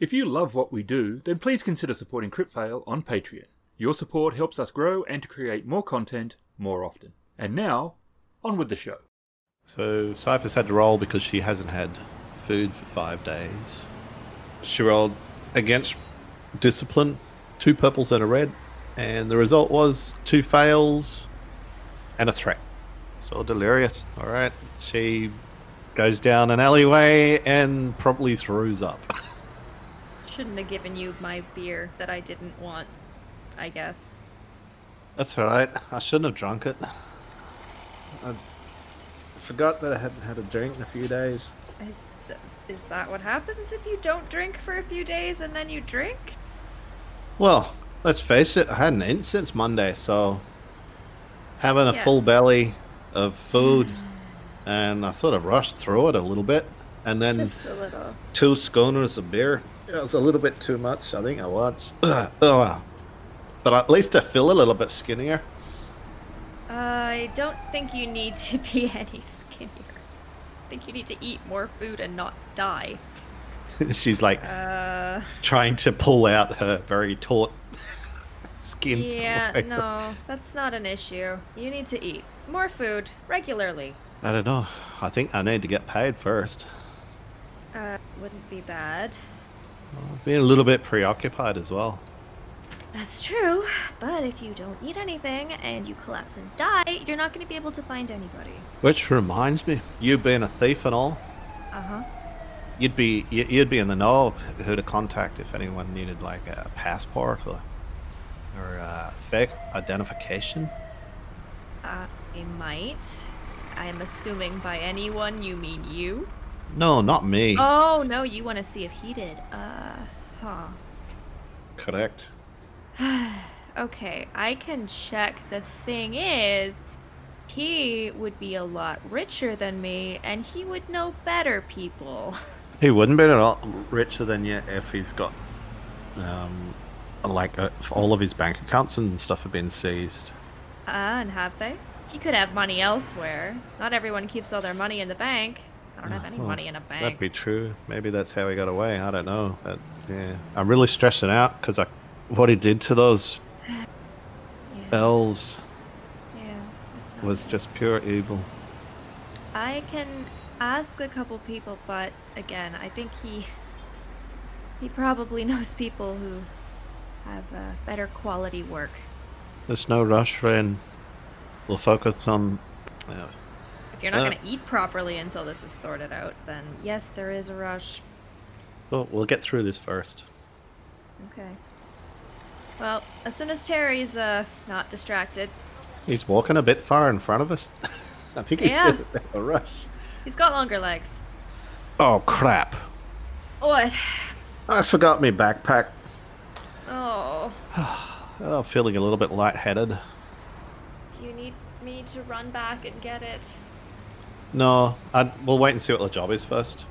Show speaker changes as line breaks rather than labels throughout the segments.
If you love what we do, then please consider supporting CryptFail on Patreon. Your support helps us grow and to create more content more often. And now, on with the show.
So Cypher's had to roll because she hasn't had food for five days. She rolled against discipline, two purples and a red, and the result was two fails and a threat. So delirious. All right. She goes down an alleyway and probably throws up.
Shouldn't have given you my beer that I didn't want, I guess.
That's all right. I shouldn't have drunk it. I forgot that I hadn't had a drink in a few days.
Is, th- is that what happens if you don't drink for a few days and then you drink?
Well, let's face it, I hadn't eaten since Monday, so having a
Yeah. Mm.
full belly of food, and I sort of rushed through it a little bit, and then
Just a little.
two sconers of beer. Yeah, it was a little bit too much, I think I was. Ugh, ugh. But at least I feel a little bit skinnier.
I don't think you need to be any skinnier. I think you need to eat more food and not die.
She's like
Uh,
trying to pull out her very taut skin. from
yeah,
under.
no, that's not an issue. You need to eat more food regularly.
I don't know. I think I need to get paid first.
Uh, wouldn't be bad.
I've been a little bit preoccupied as well.
That's true, but if you don't eat anything and you collapse and die, you're not going to be able to find anybody.
Which reminds me, you being a thief and all,
Uh huh.
you'd be you- you'd be in the know of who to contact if anyone needed like a passport or or uh, fake identification.
I Uh, might. I'm assuming by anyone you mean you.
No, not me.
Oh no, you want to see if he did. Uh, huh.
Correct.
Okay, I can check. The thing is, he would be a lot richer than me, and he would know better people.
He wouldn't be a lot richer than you if he's got um like uh, if all of his bank accounts and stuff have been seized.
Ah, and have they? He could have money elsewhere. Not everyone keeps all their money in the bank. I don't have any
Ah, Well,
money in a
That'd
bank.
be true. Maybe that's how he got away. I don't know. But, yeah, I'm really stressing out because I what he did to those
yeah,
elves
yeah, that's not
was
good.
just pure evil.
I can ask a couple people, but again, I think he he probably knows people who have uh, better quality work.
There's no rush, friend. We'll focus on. Uh,
If you're not
Uh.
going to eat properly until this is sorted out, then yes, there is a rush.
oh, we'll get through this first.
Okay. Well, as soon as Terry's uh not distracted,
He's walking a bit far in front of us. I think he's
Yeah.
in a bit of a rush.
he's got longer legs.
Oh crap!
What?
I forgot my backpack.
Oh,
Oh, feeling a little bit lightheaded.
do you need me to run back and get it?
No, i we'll wait and see what the job is first.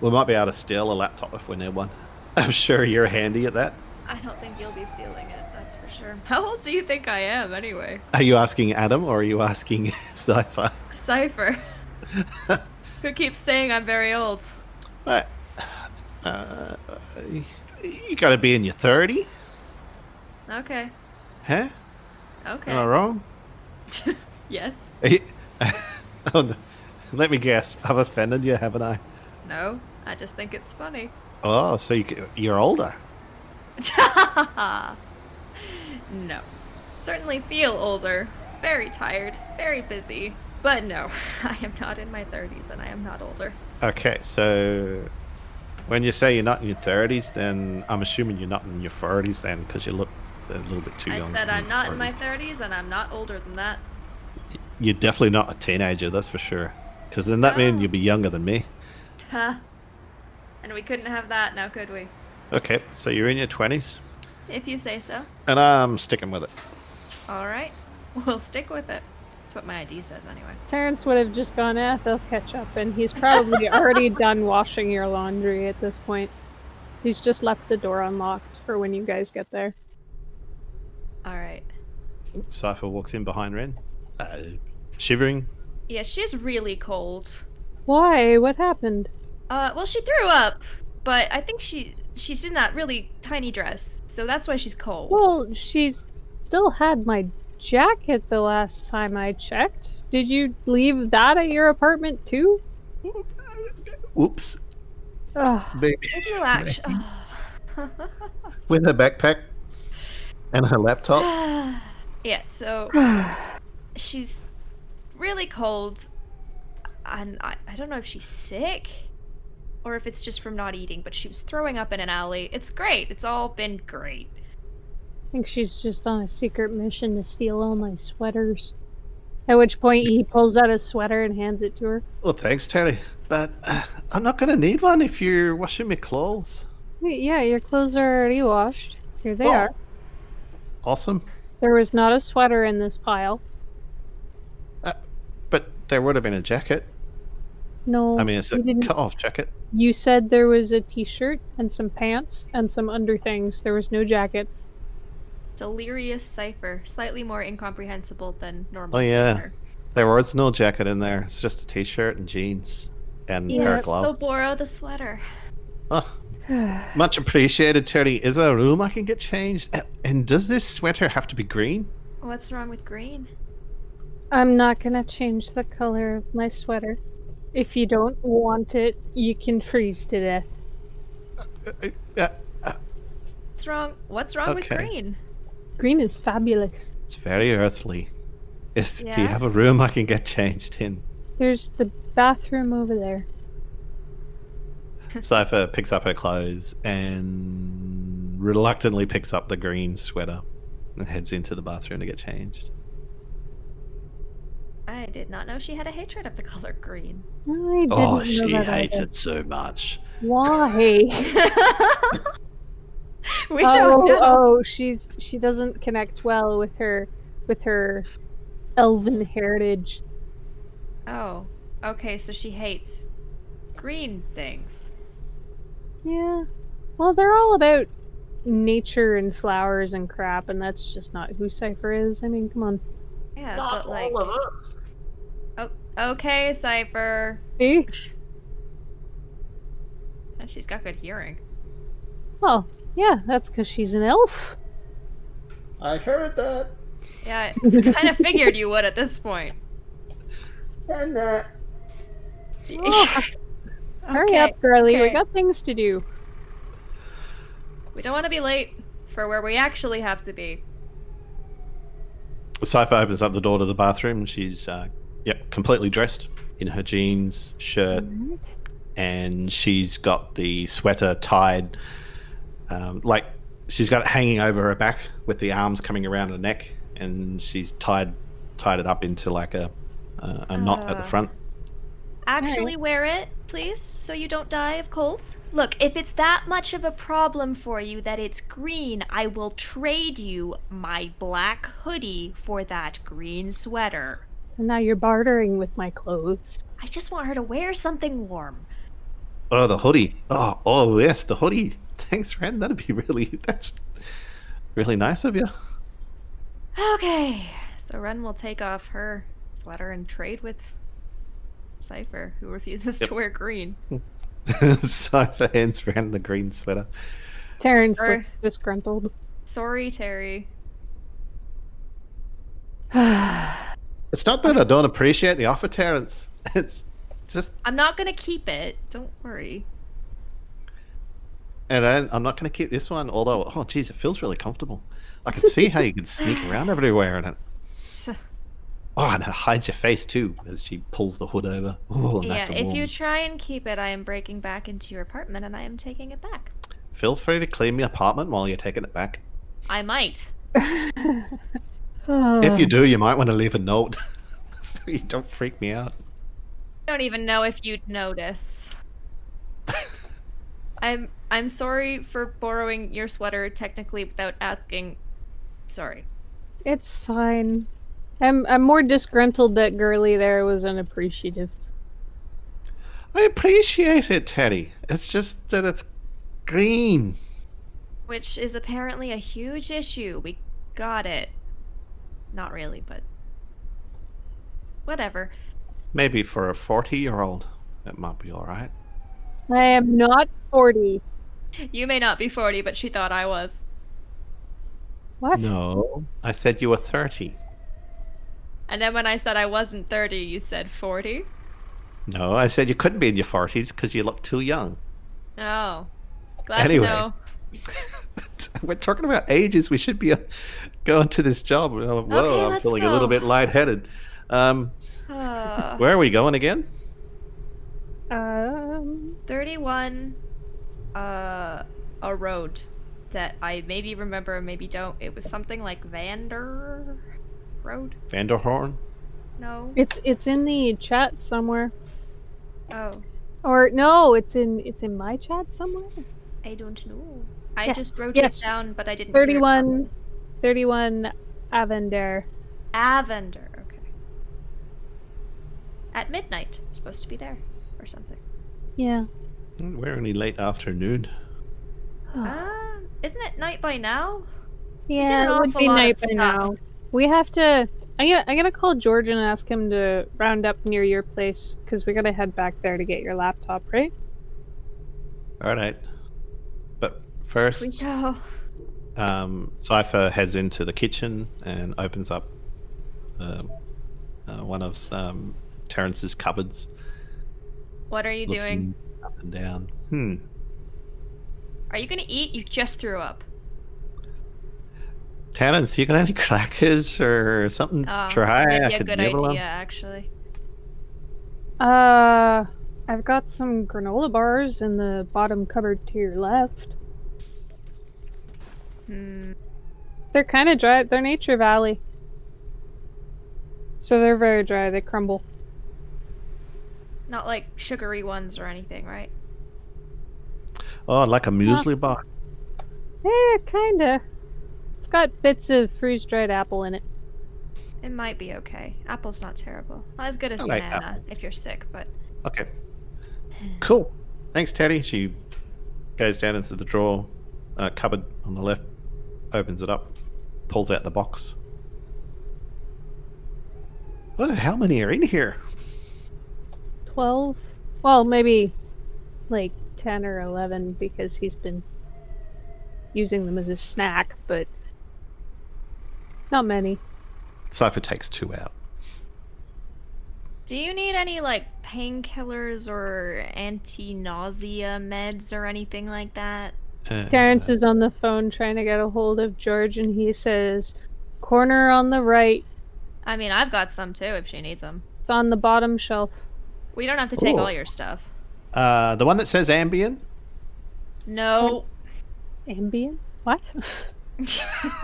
We might be able to steal a laptop if we need one. I'm sure you're handy at that.
I don't think you'll be stealing it, that's for sure. How old do you think I am, anyway?
Are you asking Adam or are you asking Cypher?
Cypher, who keeps saying I'm very old.
But, uh, y- you gotta be in your 30,
Okay,
huh?
okay.
Am I wrong?
yes,
Are you- oh, no. Let me guess. I've offended you, haven't I?
no, I just think it's funny.
Oh, so you, c- you're older.
no. Certainly feel older, very tired, very busy, but no, I am not in my 30s and I am not older.
Okay, so when you say you're not in your 30s, then I'm assuming you're not in your 40s then because you look a little bit too
I
young. to
said
be
I'm not in my
40s.
30s and I'm not older than that.
You're definitely not a teenager, that's for sure. Because then that means
No.
you'd be younger than me.
Huh. And we couldn't have that now, could we?
Okay, so you're in your 20s,
If you say so.
and I'm sticking with it.
All right, we'll stick with it. That's what my ID says, anyway.
Terrence would have just gone, eh, they'll catch up. And he's probably already done washing your laundry at this point. He's just left the door unlocked for when you guys get there.
All right.
Cypher walks in behind Ren, uh, shivering.
Yeah, she's really cold.
Why? What happened?
Uh, well, she threw up. But I think she she's in that really tiny dress, so that's why she's cold.
Well, she still had my jacket the last time I checked. Did you leave that at your apartment too?
Oops.
Ugh.
Baby.
Did you act-
With her backpack and her laptop.
Oh. yeah, so she's really cold, and I, I don't know if she's sick or if it's just from not eating, but she was throwing up in an alley. It's great. It's all been great.
I think she's just on a secret mission to steal all my sweaters. At which point he pulls out a sweater and hands it to her.
Well, thanks, Terry. But uh, I'm not going to need one if you're washing my clothes.
Wait, yeah, your clothes are already washed. Here they
Oh.
are.
Awesome.
There was not a sweater in this pile.
But there would have been a jacket.
No.
I mean, it's a
you didn't-
cut off jacket.
You said there was a t-shirt and some pants and some underthings. There was no jacket.
Delirious cipher, slightly more incomprehensible than normal.
Oh, yeah.
cipher.
There was no jacket in there. It's just a t shirt and jeans and a pair
Yes,
of
so
gloves.
borrow the sweater.
Oh, much appreciated, Terry. Is there a room I can get changed? A- And does this sweater have to be green?
What's wrong with green?
I'm not gonna change the color of my sweater. If you don't want it, you can freeze to death.
Uh, uh, uh,
What's wrong? What's wrong with
Okay.
green?
Green is fabulous.
It's very earthly. Is, Do you
Yeah.
have a room I can get changed in?
There's the bathroom over there.
Cypher picks up her clothes and reluctantly picks up the green sweater and heads into the bathroom to get changed.
I did not know she had a hatred of the color green.
I didn't
Oh,
know
she
that
hates
either.
it so much.
Why?
we
oh,
don't know.
oh, she's she doesn't connect well with her with her elven heritage.
Oh, okay, so she hates green things.
Yeah. Well, they're all about nature and flowers and crap, and that's just not who Cypher is. I mean, come on.
Yeah, but like. O- okay, Cypher.
See?
And she's got good hearing.
Oh, yeah, that's because she's an elf.
I heard that.
Yeah, I kind of figured you would at this point.
And that.
Oh, Hurry
Okay,
up, girly. We
okay.
got things to do.
We don't want to be late for where we actually have to be.
Cypher opens up the door to the bathroom. She's, uh, yep, completely dressed in her jeans, shirt, and she's got the sweater tied, um, like she's got it hanging over her back with the arms coming around her neck, and she's tied tied it up into like a uh, a knot at the
Ah.
front.
Actually, wear it, please, so you don't die of colds. Look, if it's that much of a problem for you that it's green, I will trade you my black hoodie for that green sweater.
And now you're bartering with my clothes.
I just want her to wear something warm.
Oh, the hoodie! Oh, oh yes, the hoodie. Thanks, Ren. That'd be really that's really nice of you.
Okay, so Ren will take off her sweater and trade with Cypher, who refuses
Yep.
to wear green.
Cypher hands Ren the green sweater.
Terrence
Sorry.
looks disgruntled.
Sorry, Terry.
It's not that I don't appreciate the offer, Terrence. It's just,
I'm not gonna keep it. Don't worry.
and I, I'm not going to keep this one. Although, oh, geez, it feels really comfortable. I can see how you can sneak around everywhere in it. Oh, and it hides your face too as she pulls the hood over. Oh, nice and
yeah, if
warm.
you try and keep it, I am breaking back into your apartment and I am taking it back.
Feel free to clean my apartment while you're taking it back.
I might. Oh,
If you do, you might want to leave a note so you don't freak me out.
I don't even know if you'd notice. I'm I'm sorry for borrowing your sweater technically without asking. Sorry.
It's fine. I'm I'm more disgruntled that girly there was unappreciative.
I appreciate it, Teddy. It's just that it's green.
Which is apparently a huge issue. We got it. Not really, but whatever.
Maybe for a 40 year old, it might be all right.
I am not 40.
You may not be 40, but she thought I was.
What?
No, I said you were thirty.
And then when I said I wasn't 30, you said 40.
No, I said you couldn't be in your forties because you look too young.
Oh. Glad
Anyway.
to know.
We're talking about ages. We should be uh, going to this job. Uh, Whoa,
Okay,
I'm
let's
feeling a little
go.
bit lightheaded. Um,
Ah,
where are we going again?
Um,
31 uh a road that I maybe remember and maybe don't. It was something like Vander Road?
Vanderhorn.
No.
it's it's in the chat somewhere,
Oh,
or no, it's in it's in my chat somewhere.
I don't know. I
Yes,
just wrote
yes.
it down, but I didn't. hear it
31, 31 Avender.
properly. Avender. Okay. At midnight, supposed to be there or something.
Yeah.
Hmm, We're only late afternoon.
Ah, isn't it night by now?
Oh, Yeah,
an
it would
awful
be
lot of
night by
stuff.
now. We have to. I'm gonna, I'm gonna call George and ask him to round up near your place because we gotta head back there to get your laptop, right?
All right. But first,
We go.
um, Cipher heads into the kitchen and opens up um, uh, one of um, Terrence's cupboards.
What are you doing?
looking Up and down. Hmm.
Are you gonna eat? You just threw up.
Terrence, you got any crackers or something?
Oh,
Try.
Maybe
I
a
could
good
nibble
idea,
'em.
actually.
Uh, I've got some granola bars in the bottom cupboard to your left.
Hmm.
They're kind of dry. They're Nature Valley, so they're very dry. They crumble.
Not like sugary ones or anything, right?
Oh, like a muesli bar.
Yeah, Eh, kinda. It's got bits of freeze dried apple in it.
It might be okay. Apple's not terrible. Not as good as
I like
banana if you're sick, but
Okay. Cool. Thanks, Teddy. She goes down into the drawer, uh, cupboard on the left, opens it up, pulls out the box. Oh, how many are in here?
12 well maybe like 10 or 11 because he's been using them as a snack but not many
Cipher takes two out.
Do you need any like painkillers or anti-nausea meds or anything like that?
Uh,
terrence is on the phone trying to get a hold of george and he says corner on the right
I mean, I've got some too if she needs them.
it's on the bottom shelf
We don't have to take
Cool.
all your stuff.
uh, the one that says Ambien.
No.
ambient what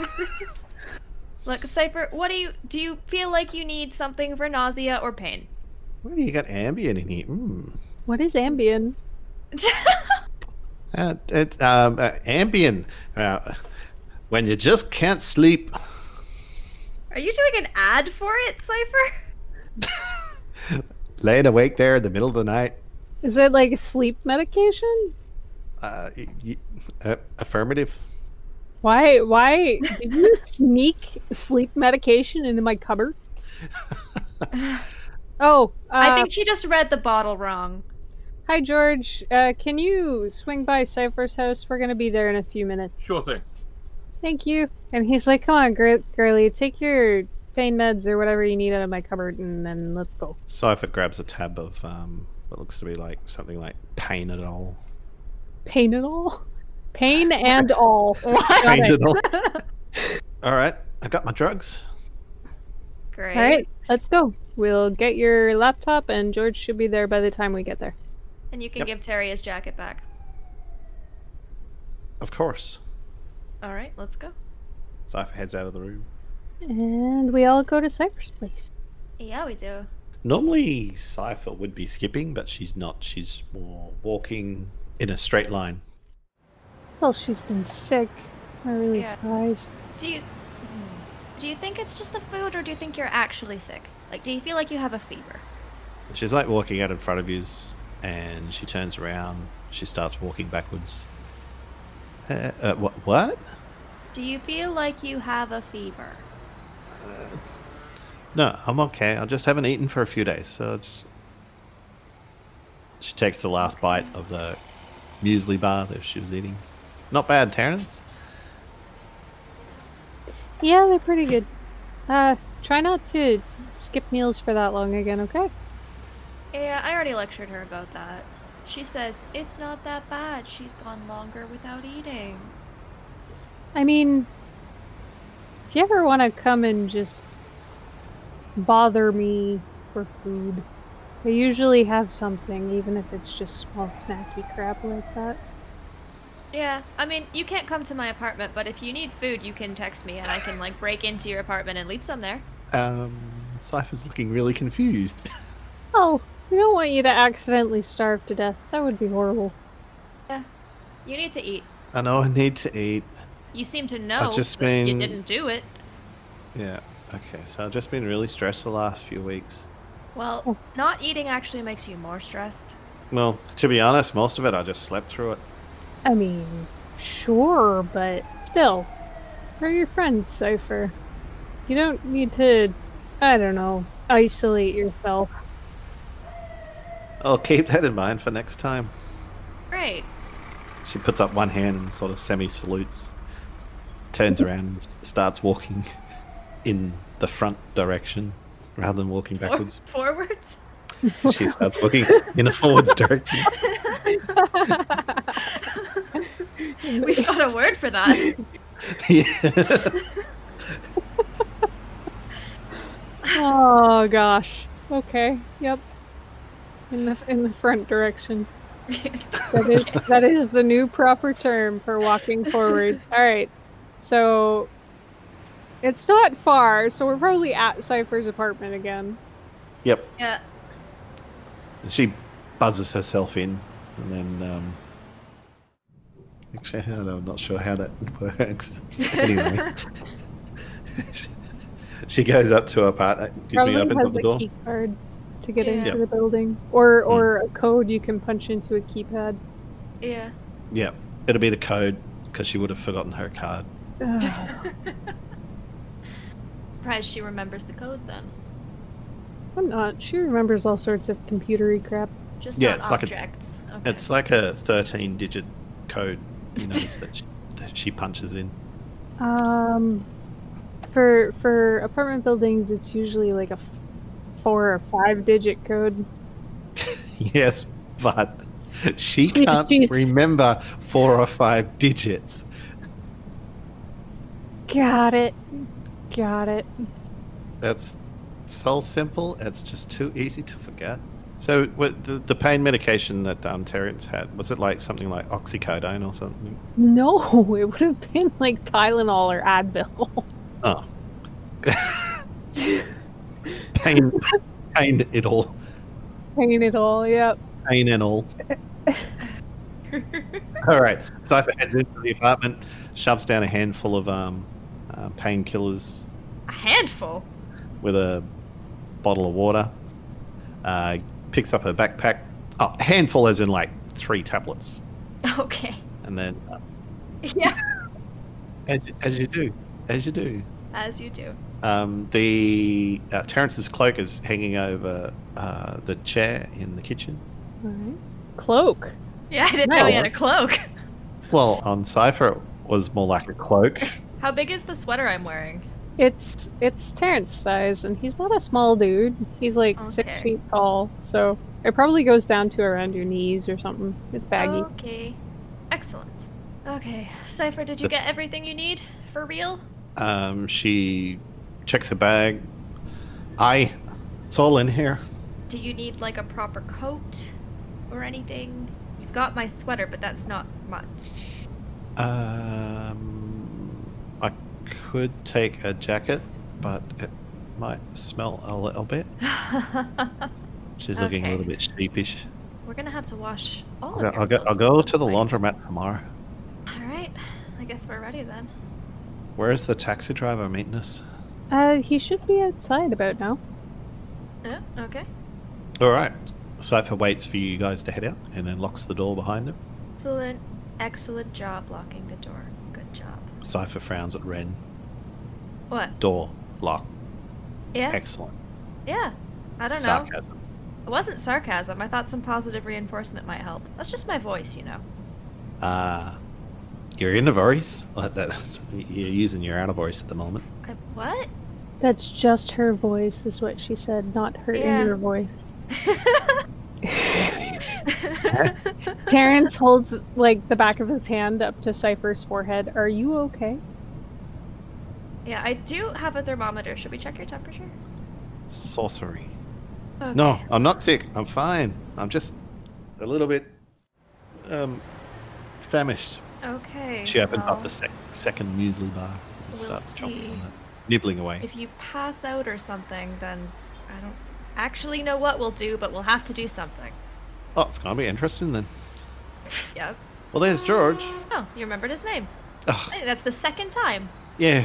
Look, Cypher, what do you do you feel like you need something for nausea or pain?
Where do you got Ambien in here? Mm.
what is ambient
Uh, it, um, uh, Ambien. Uh, when you just can't sleep.
Are you doing an ad for it, Cypher?
laying awake there in the middle of the night.
is it like sleep medication
Uh, y- y- uh, affirmative.
why why did you sneak sleep medication into my cupboard oh uh,
I think she just read the bottle wrong.
Hi, George. Uh, can you swing by Cypher's house? We're going to be there in a few minutes.
Sure thing.
Thank you. And he's like, come on, gir- girly, take your pain meds or whatever you need out of my cupboard and then let's go.
Cypher grabs a tab of um, what looks to be like something like pain at all.
Pain and all? Pain and all. Got
Pain
it.
at all. all right, I got my drugs.
Great.
All right, let's go. We'll get your laptop and George should be there by the time we get there.
And you can
Yep.
give Terry his jacket back.
Of course.
All right, let's go.
Cypher heads out of the room.
And we all go to Cypher's place.
Yeah, we do.
Normally, Cypher would be skipping, but she's not. She's more walking in a straight line.
Well, she's been sick. I'm really
Yeah.
surprised.
Do you do you think it's just the food, or do you think you're actually sick? Like, do you feel like you have a fever?
She's like walking out in front of you, and she turns around. She starts walking backwards. Uh, uh, wh- what?
Do you feel like you have a fever?
No, I'm okay. I just haven't eaten for a few days, so I just She takes the last bite of the muesli bar that she was eating. Not bad, Terrence.
Yeah, they're pretty good. Uh, try not to skip meals for that long again, okay?
Yeah, I already lectured her about that. She says it's not that bad. She's gone longer without eating.
I mean, if you ever want to come and just bother me for food, I usually have something, even if it's just small snacky crap like that.
Yeah, I mean, you can't come to my apartment, but if you need food, you can text me and I can like break into your apartment and leave some there.
Um, Cypher's looking really confused.
Oh, we don't want you to accidentally starve to death. That would be horrible.
You need to eat.
I know I need to eat.
You seem to know
just
but you
been-
didn't do it.
Yeah. Okay, so I've just been really stressed the last few weeks. Oh.
Well, not eating actually makes you more stressed.
Well, to be honest, most of it I just slept through it.
I mean, sure, but still, we're your friends, Cypher. You don't need to, I don't know, isolate yourself.
I'll keep that in mind for next time.
Great.
She puts up one hand and sort of semi salutes, turns around and s- starts walking in the front direction rather than walking
For-
backwards.
forwards?
she starts walking in the forwards direction.
We've got a word for that.
Yeah.
oh gosh. Okay. Yep. In the in the front direction. That is that is the new proper term for walking forward. All right. So it's not far, so we're probably at Cypher's apartment again.
yep.
yeah.
And she buzzes herself in, and then um, actually, I don't know, I'm not sure how that works. anyway, she goes up to her part. uh, Excuse
probably
me, opens
has
up the
a
door. Hmm.
key card to get
Yeah.
into
Yep.
the building, or or a code you can punch into a keypad.
Yeah.
Yeah, it'll be the code because she would have forgotten her card.
Ugh.
Surprised she remembers the code then.
I'm not. She remembers all sorts of computery crap.
Just
Yeah,
not
it's like a-
objects. okay.
It's like a 13 digit code, you notice, that, she, that she punches in.
Um, for for apartment buildings, it's usually like a f- four or five digit code.
Yes, but she can't
Jeez.
remember four or five digits.
Got it. Got it.
That's so simple. It's just too easy to forget. So what, the, the pain medication that um, Terrence had, was it like something like oxycodone or something?
No, it would have been like Tylenol or Advil.
Oh. pain, pain it all.
Pain it all. Yep.
Pain and all. all right. Cypher heads into the apartment, shoves down a handful of um, uh, painkillers
a handful.
with a bottle of water. Uh, picks up her backpack. Oh, a handful as in like three tablets.
Okay.
And then, uh,
Yeah.
as, as you do, as you do,
As you do.
um, the uh, Terrence's cloak is hanging over uh, the chair in the kitchen.
All right. Cloak.
Yeah, I didn't know he had a cloak.
Well, on Cypher, it was more like a cloak.
How big is the sweater I'm wearing?
It's it's Terrence size, and he's not a small dude. He's like six
Okay.
feet tall, so it probably goes down to around your knees or something. It's baggy.
Okay. Excellent. Okay. Cypher, did you
The-
get everything you need? For real?
Um, she checks her bag. I, it's all in here.
Do you need like a proper coat or anything? You've got my sweater, but that's not much.
Um, I could take a jacket, but it might smell a little bit. She's looking a
Okay.
little bit sheepish.
We're gonna have to wash all
I'll go,
of your
I'll go, I'll
clothes at
go
some
to the
point.
laundromat tomorrow.
All right. I guess we're ready then.
Where is the taxi driver meeting us?
Uh, he should be outside about now.
Yeah. Okay.
All right. Cypher waits for you guys to head out and then locks the door behind him.
Excellent. Excellent job locking the door. Good job.
Cypher frowns at Ren.
What?
Door lock.
Yeah.
Excellent.
Yeah. I don't know.
Sarcasm.
It wasn't sarcasm. I thought some positive reinforcement might help. That's just my voice, you know.
Ah, you're in a voice. Like that. You're using your outer voice at the moment.
I, what?
That's just her voice, is what she said, not her
Yeah.
inner voice. Terrence holds like the back of his hand up to Cypher's forehead. Are you okay?
yeah, I do have a thermometer. Should we check your temperature?
Sorcery.
Okay.
No, I'm not sick. I'm fine. I'm just a little bit um famished.
Okay. Oh.
She opens
well,
up the sec- second muesli bar and
We'll
starts chomping on
see.
it, nibbling away.
If you pass out or something, then I don't actually know what we'll do, but we'll have to do something.
Oh, it's gonna be interesting then.
Yeah.
Well, there's George.
Oh, you remembered his name.
Oh,
I think that's the second time.
yeah,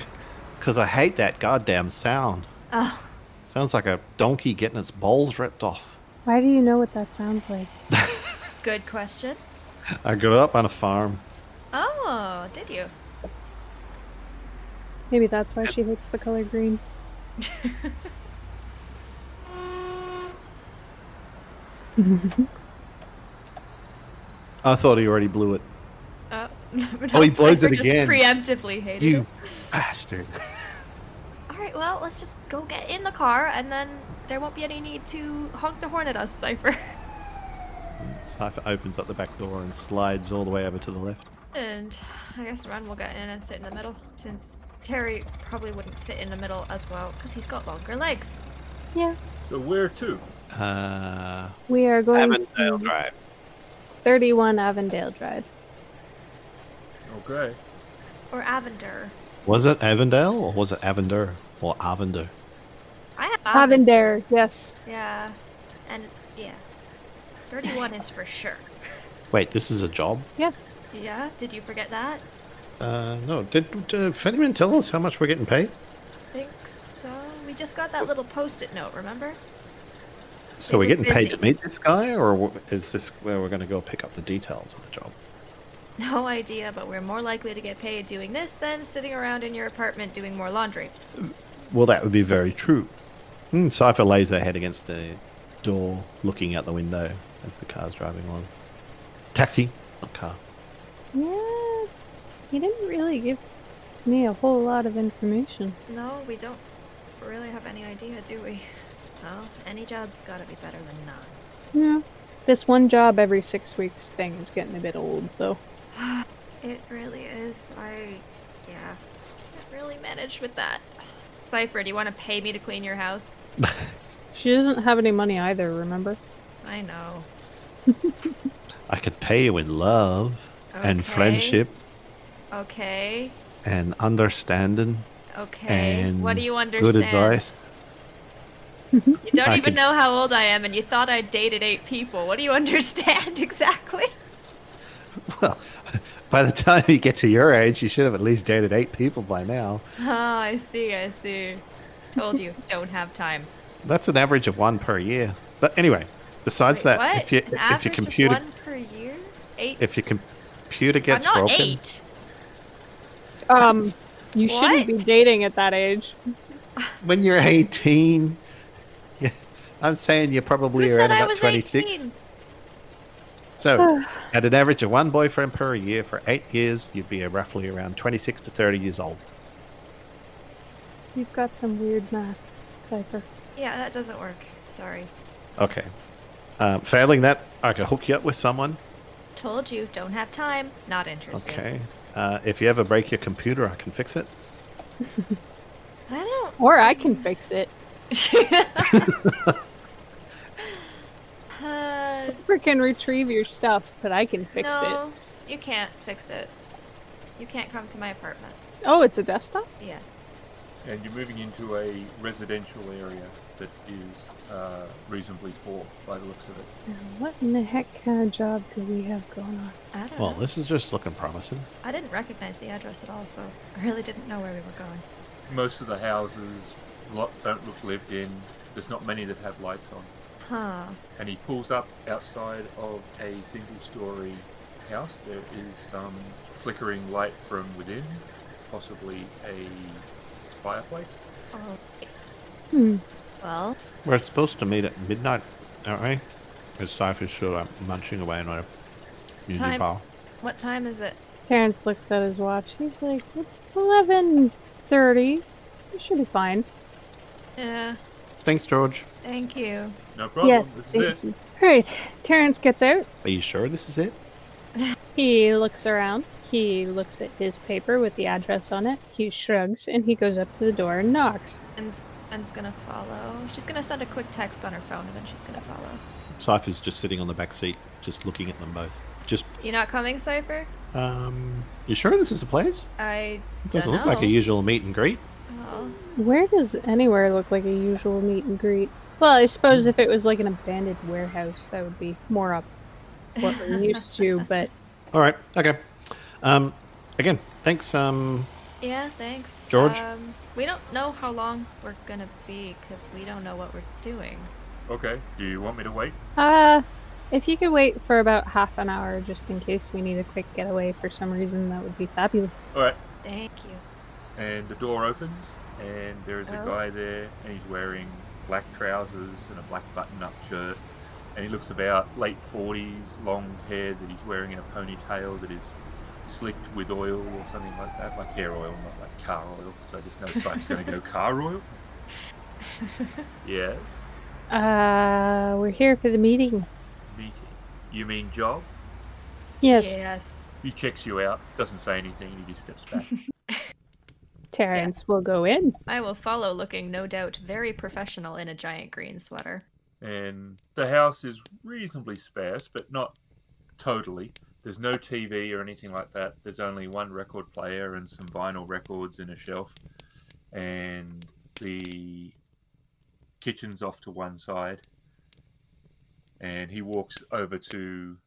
because I hate that goddamn sound.
Oh,
Sounds like a donkey getting its balls ripped off.
Why do you know what that sounds like?
good question.
I grew up on a farm.
Oh, did you?
Maybe that's why she hates the color green.
I thought he already blew it.
Oh,
Oh, he blows it
just
again.
Preemptively hated
You
him.
bastard.
All right, well, let's just go get in the car, and then there won't be any need to honk the horn at us, Cipher.
Cypher opens up the back door and slides all the way over to the left.
And I guess Ren will get in and sit in the middle, since Terry probably wouldn't fit in the middle as well, because he's got longer legs.
Yeah.
So where to?
Uh,
We are going
Avondale
to
Drive.
31 Avondale Drive.
Okay.
Or Avender.
Was it Avondale or was it Avender or Avender?
I have Avender.
Avondale, yes.
Yeah. And, yeah. 31 is for sure.
Wait, this is a job?
Yeah.
Yeah? Did you forget that?
Uh, no. Did, did Fenneman tell us how much we're getting paid?
think so. We just got that little post-it note, remember?
So
They
we're
were
getting paid to
busy.
meet this guy, or w- is this where we're going to go pick up the details of the job?
No idea, but we're more likely to get paid doing this than sitting around in your apartment doing more laundry.
Well, that would be very true. Mm, Cypher lays her head against the door, looking out the window as the car's driving along. Taxi, not car.
Yeah. He didn't really give me a whole lot of information.
No, we don't really have any idea, do we? Oh, any job's gotta be better than none.
Yeah. This one job every six weeks thing is getting a bit old, though.
It really is. I, yeah, can't really manage with that. Cipher, do you want to pay me to clean your house?
She doesn't have any money either, remember?
I know.
I could pay you in love and
Okay.
friendship
Okay.
and understanding
Okay.
and
what do you understand?
good advice.
You don't
I
even
could-
know how old I am, and you thought I dated eight people. What do you understand exactly?
Well, by the time you get to your age, you should have at least dated eight people by now.
Oh, I see, I see. Told you, don't have time.
That's an average of one per year. But anyway, besides
Wait,
that,
what?
if you
An
if
average
your
of
computer
one per year? Eight?
if your computer
I'm
gets
not
broken,
eight.
Um, you shouldn't
What?
be dating at that age.
when you're 18, yeah, I'm saying you're probably
Who
around
said I
about
was
26.
18?
So, at an average of one boyfriend per year for eight years, you'd be roughly around 26 to 30 years old.
You've got some weird math, Cypher.
Yeah, that doesn't work. Sorry.
Okay. Um, failing that, I could hook you up with someone.
Told you, don't have time. Not interested.
Okay. Uh, if you ever break your computer, I can fix it.
I don't.
Or I can fix it.
Uh,
Cypher can retrieve your stuff, but I can fix
no, you can't fix it. You can't come to my apartment.
it. Oh, it's a desktop?
Yes.
And you're moving into a residential area that is uh, reasonably poor by the looks of it.
Now, What in the heck kind of job do we have going on?
I don't
Well,
know.
this is just looking promising.
I didn't recognize the address at all, so I really didn't know where we were going.
Most of the houses lo- don't look lived in. There's not many that have lights on.
Huh.
And he pulls up outside of a single-story house. There is some flickering light from within, possibly a fireplace.
Oh.
Hmm.
Well,
We're supposed to meet at midnight. aren't we? As Cypher's sort of munching away on a music
Time.
pile.
What time is it?
Terrence looks at his watch. He's like, it's eleven thirty. It should be fine.
Yeah,
Thanks, George.
Eh, thank you.
No problem. this is
thank
it.
you. All right. Terrence gets out.
Are you sure this is it?
He looks around. He looks at his paper with the address on it. He shrugs and he goes up to the door and knocks.
And Anne's gonna follow. She's gonna send a quick text on her phone and then she's gonna follow.
Cypher's just sitting on the back seat, just looking at them both. Just,
You not coming, Cypher?
um, you sure this is the place?
I
It doesn't
Dunno.
look like a usual meet and greet.
oh,
Where does anywhere look like a usual meet and greet? Well, I suppose if it was like an abandoned warehouse, that would be more up what we're used to. But
All right, okay. Um, again, thanks. Um,
yeah, thanks.
George?
Um, we don't know how long we're gonna be because we don't know what we're doing.
Okay. Do you want me to wait?
uh, if you could wait for about half an hour, just in case we need a quick getaway for some reason, that would be fabulous.
All right.
Thank you.
And the door opens, and there is a
Oh.
guy there, and he's wearing black trousers and a black button-up shirt, and he looks about late forties, long hair that he's wearing in a ponytail that is slicked with oil or something like that, like hair oil, not like car oil. So I just know Sykes going to go car oil. Yes.
Uh, we're here for the meeting.
Meeting. You mean job?
Yes,
Yes.
He checks you out, doesn't say anything, he just steps back.
Terrence will go in.
I will follow, looking no doubt very professional in a giant green sweater.
and the house is reasonably sparse, but not totally. There's no TV or anything like that. There's only one record player and some vinyl records in a shelf, and the kitchen's off to one side. And he walks over to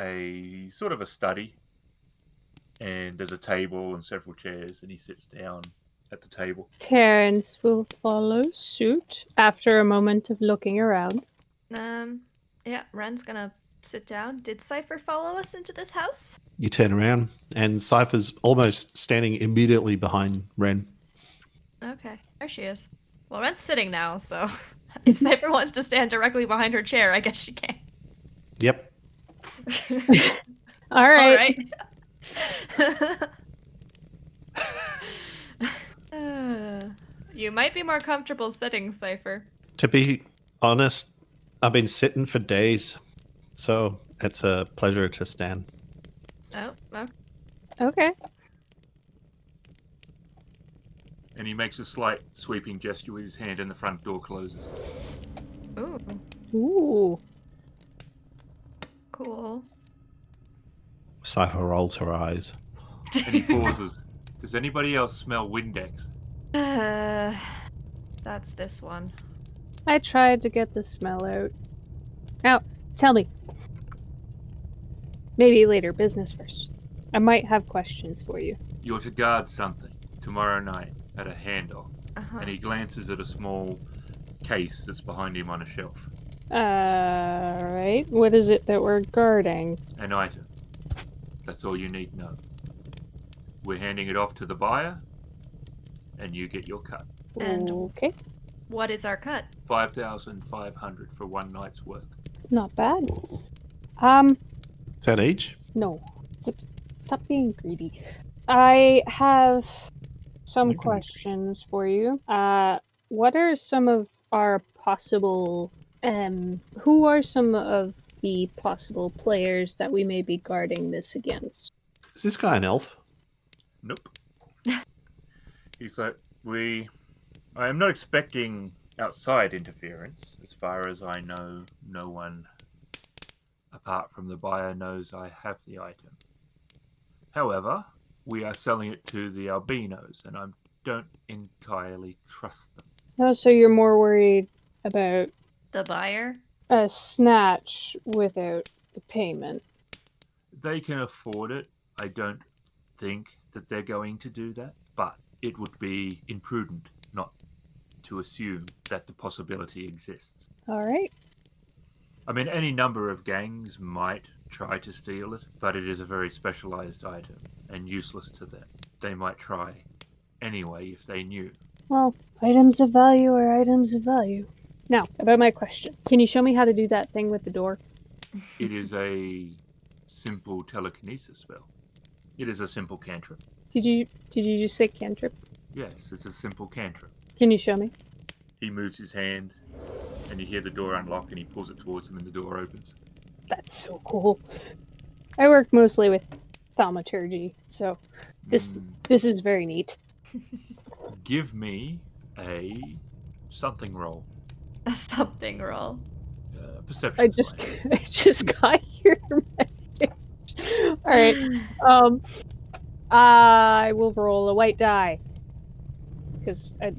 a sort of a study, and there's a table and several chairs, and he sits down at the table.
Terrence will follow suit after a moment of looking around.
Um, yeah, Ren's gonna sit down. Did Cypher follow us into this house?
You turn around, and Cypher's almost standing immediately behind Ren.
Okay, there she is. Well, Ren's sitting now, so if Cypher wants to stand directly behind her chair, I guess she can.
Yep.
All right.
All right. Uh, you might be more comfortable sitting, Cypher.
To be honest, I've been sitting for days, so it's a pleasure to stand.
Oh, okay.
Okay.
And he makes a slight sweeping gesture with his hand, and the front door closes.
Ooh,
Ooh.
cool.
Cypher rolls her eyes.
and he pauses. Does anybody else smell Windex?
Uh, that's this one.
I tried to get the smell out. Now, tell me. Maybe later, business first. I might have questions for you.
You're to guard something tomorrow night at a handoff.
Uh-huh.
And he glances at a small case that's behind him on a shelf.
Alright, what is it that we're guarding?
An item. That's all you need to know. We're handing it off to the buyer, and you get your cut.
And-
Okay,
What is our cut?
5500 for one night's work.
not bad. Um,
Is that each?
no. Stop, stop being greedy. I have some
Look at me.
questions for you. Uh, what are some of our possible, um, who are some of the possible players that we may be guarding this against?
Is this guy an elf?
Nope. He's like, we. I am not expecting outside interference. As far as I know, no one apart from the buyer knows I have the item. However, we are selling it to the albinos, and I don't entirely trust them.
Oh, so you're more worried about
The buyer?
a snatch without the payment.
They can afford it. I don't think that they're going to do that, but it would be imprudent not to assume that the possibility exists.
All right.
I mean, any number of gangs might try to steal it, but it is a very specialized item and useless to them. They might try anyway if they knew.
Well, items of value are items of value. Now, about my question. Can you show me how to do that thing with the door?
It is a simple telekinesis spell. It is a simple cantrip.
Did you did you just say cantrip?
Yes, it's a simple cantrip.
Can you show me?
He moves his hand, and you hear the door unlock, and he pulls it towards him, and the door opens.
That's so cool. I work mostly with thaumaturgy, so this
Mm,
this is very neat.
give me a something roll.
A something roll.
Uh, perception.
I just I just got your message. All right. Um, I will roll a white die because I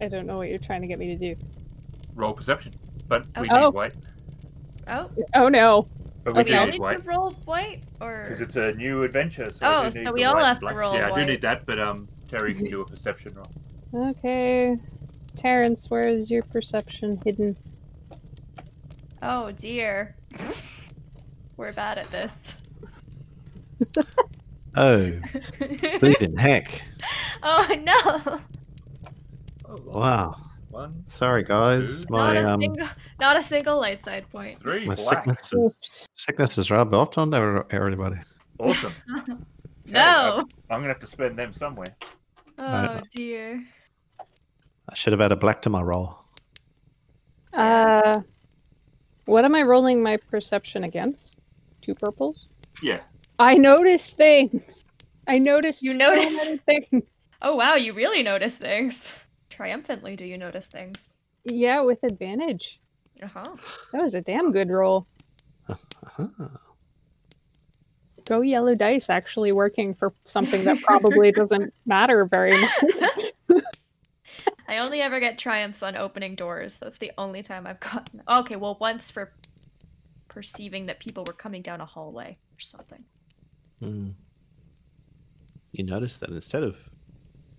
I don't know what you're trying to get me to do.
roll perception, but we
Oh.
need white.
Oh,
Oh no!
But we
do we
do
all
need
need
white
to roll white, or
because it's a new adventure. So
Oh,
we do
so
need the
we all
white and
have to
black.
roll
Yeah, I do
white.
need that, but um, Terry can do a perception roll.
Okay, Terrence, where is your perception hidden?
oh dear, we're bad at this.
Oh, bleeding heck.
oh no!
Oh,
Wow.
One,
Sorry, guys.
Not
My,
not a
um,
single, not a single light side point.
three,
my
black.
sickness is,
Oops.
sickness is rubbed off on every- everybody.
Awesome.
No.
I'm gonna have to spend them somewhere.
Oh dear.
I should have had a black to my roll.
Uh, what am I rolling my perception against? Two purples.
Yeah.
I notice things. I notice.
You
so
notice?
many things.
Oh wow, you really notice things. Triumphantly, do you notice things?
Yeah, with advantage.
Uh huh.
That was a damn good roll.
Uh-huh.
Go yellow dice actually working for something that probably doesn't matter very much.
I only ever get triumphs on opening doors. That's the only time I've gotten. Okay, well, once for perceiving that people were coming down a hallway or something.
Hmm. You notice that instead of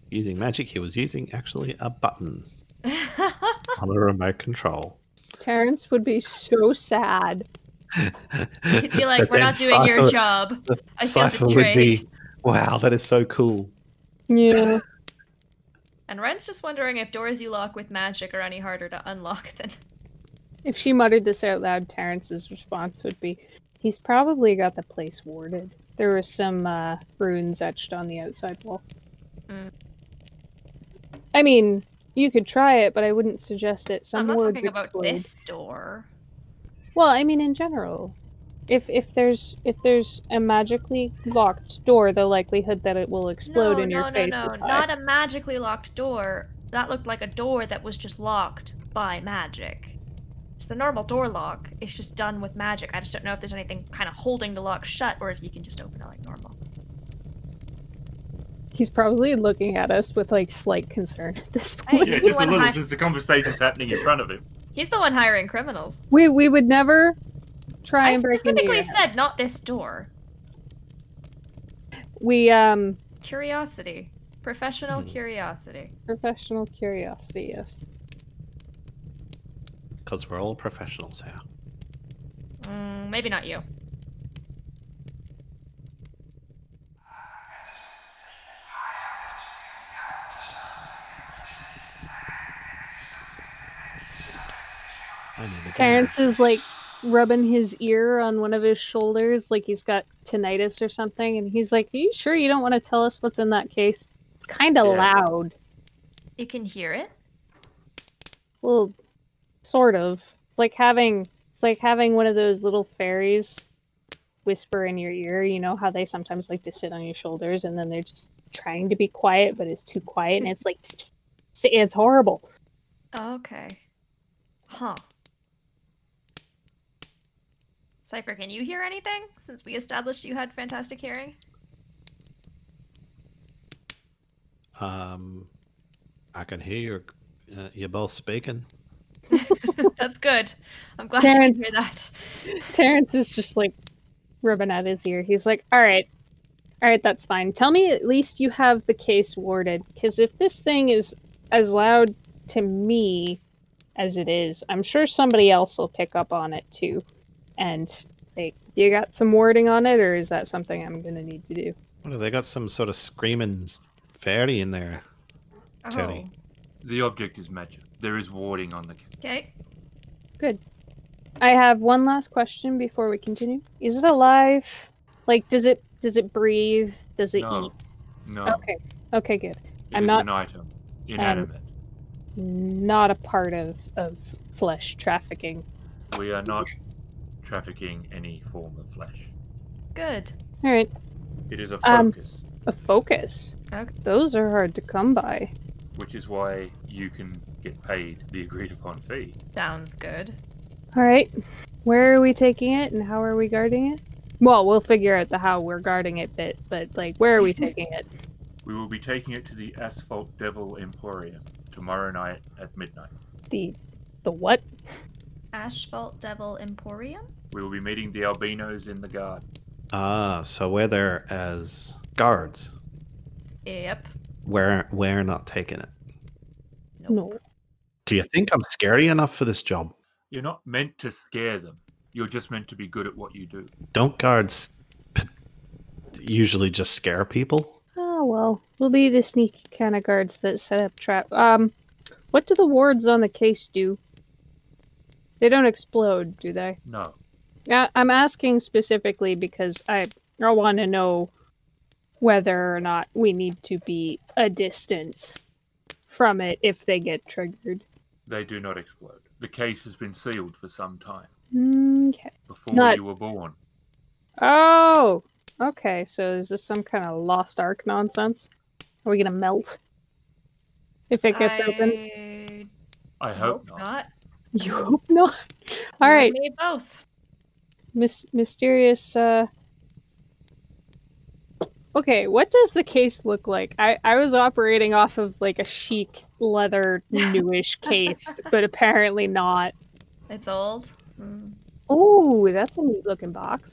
using magic, he was using actually a button on a remote control.
Terrence would be so sad.
You'd be like, "We're not doing your job. I feel
Cipher would be,
betrayed."
wow, that is so cool.
Yeah.
And Ren's just wondering if doors you lock with magic are any harder to unlock than.
If she muttered this out loud, Terrence's response would be, "He's probably got the place warded." There were some uh, runes etched on the outside wall.
Mm.
I mean, you could try it, but I wouldn't suggest it. Some
I'm not
would
talking about
explode.
this door.
Well, I mean, in general, if if there's if there's a magically locked door, the likelihood that it will explode
no,
in
no,
your
no,
face
no,
is high.
not a magically locked door. That looked like a door that was just locked by magic. It's the normal door lock. It's just done with magic. I just don't know if there's anything kind of holding the lock shut, or if you can just open it like normal.
He's probably looking at us with like slight concern at this
I-
point.
Yeah,
He's
just a
one
little.
high.
Just the conversation's happening in front of him.
He's the one hiring criminals.
We we would never try
I
and break into
specifically
your house.
said not this door.
We um
Curiosity, professional
Hmm.
curiosity.
professional curiosity. Yes.
Because we're all professionals now.
Mm, maybe not you.
I know the game.
Terrence is like rubbing his ear on one of his shoulders, like he's got tinnitus or something, and he's like, "Are you sure you don't want to tell us what's in that case?" It's kind of
Yeah.
loud.
You can hear it.
Well, sort of. It's Like having, it's like having one of those little fairies whisper in your ear. You know how they sometimes like to sit on your shoulders, and then they're just trying to be quiet, but it's too quiet, and it's like, it's horrible.
Oh, Okay. Huh. Cypher, can you hear anything since we established you had fantastic hearing?
Um, I can hear your, uh, you both speaking.
That's good. I'm glad you
Terrence.
can hear that.
Terrence is just like rubbing at his ear. He's like, all right. All right, that's fine. Tell me at least you have the case warded, because if this thing is as loud to me as it is, I'm sure somebody else will pick up on it too. And like, you got some wording on it, or is that something I'm gonna need to do?
What have they got? Some sort of screaming s- fairy in there.
Oh.
Tony.
The object is magic. There is warding on the.
Okay.
Good. I have one last question before we continue. Is it alive? Like, does it does it breathe? Does it
No,
eat?
no,
Okay. Okay. Good.
it
I'm
is
not-
an item, inanimate.
Not a part of of flesh trafficking.
we are not trafficking any form of flesh.
Good.
All right.
It is a
Um,
focus,
A focus.
Okay.
Those are hard to come by.
which is why you can get paid the agreed upon fee.
Sounds good.
All right. Where are we taking it, and how are we guarding it? Well, we'll figure out the how we're guarding it bit, but like, where are we taking it?
We will be taking it to the Asphalt Devil Emporium tomorrow night at midnight.
The the what?
Asphalt Devil Emporium?
We will be meeting the albinos in the guard.
Ah, so we're there as guards.
Yep.
We're we're not taking it.
No.
Do you think I'm scary enough for this job?
You're not meant to scare them. You're just meant to be good at what you do.
Don't guards p- usually just scare people?
Oh well, we'll be the sneaky kind of guards that set up trap. Um, what do the wards on the case do? They don't explode, do they?
No.
Yeah, I'm asking specifically because I I want to know whether or not we need to be a distance from it if they get triggered.
They do not explode. The case has been sealed for some time
Okay.
before
Not-
you were born.
Oh, okay. So is this some kind of lost ark nonsense? Are we gonna melt if it gets open?
I
I hope not.
You hope not. All right,
Me both.
Mys- mysterious. Uh... Okay, what does the case look like? I I was operating off of like a chic leather newish case, but apparently not.
It's old. Mm.
Oh, that's a neat looking box.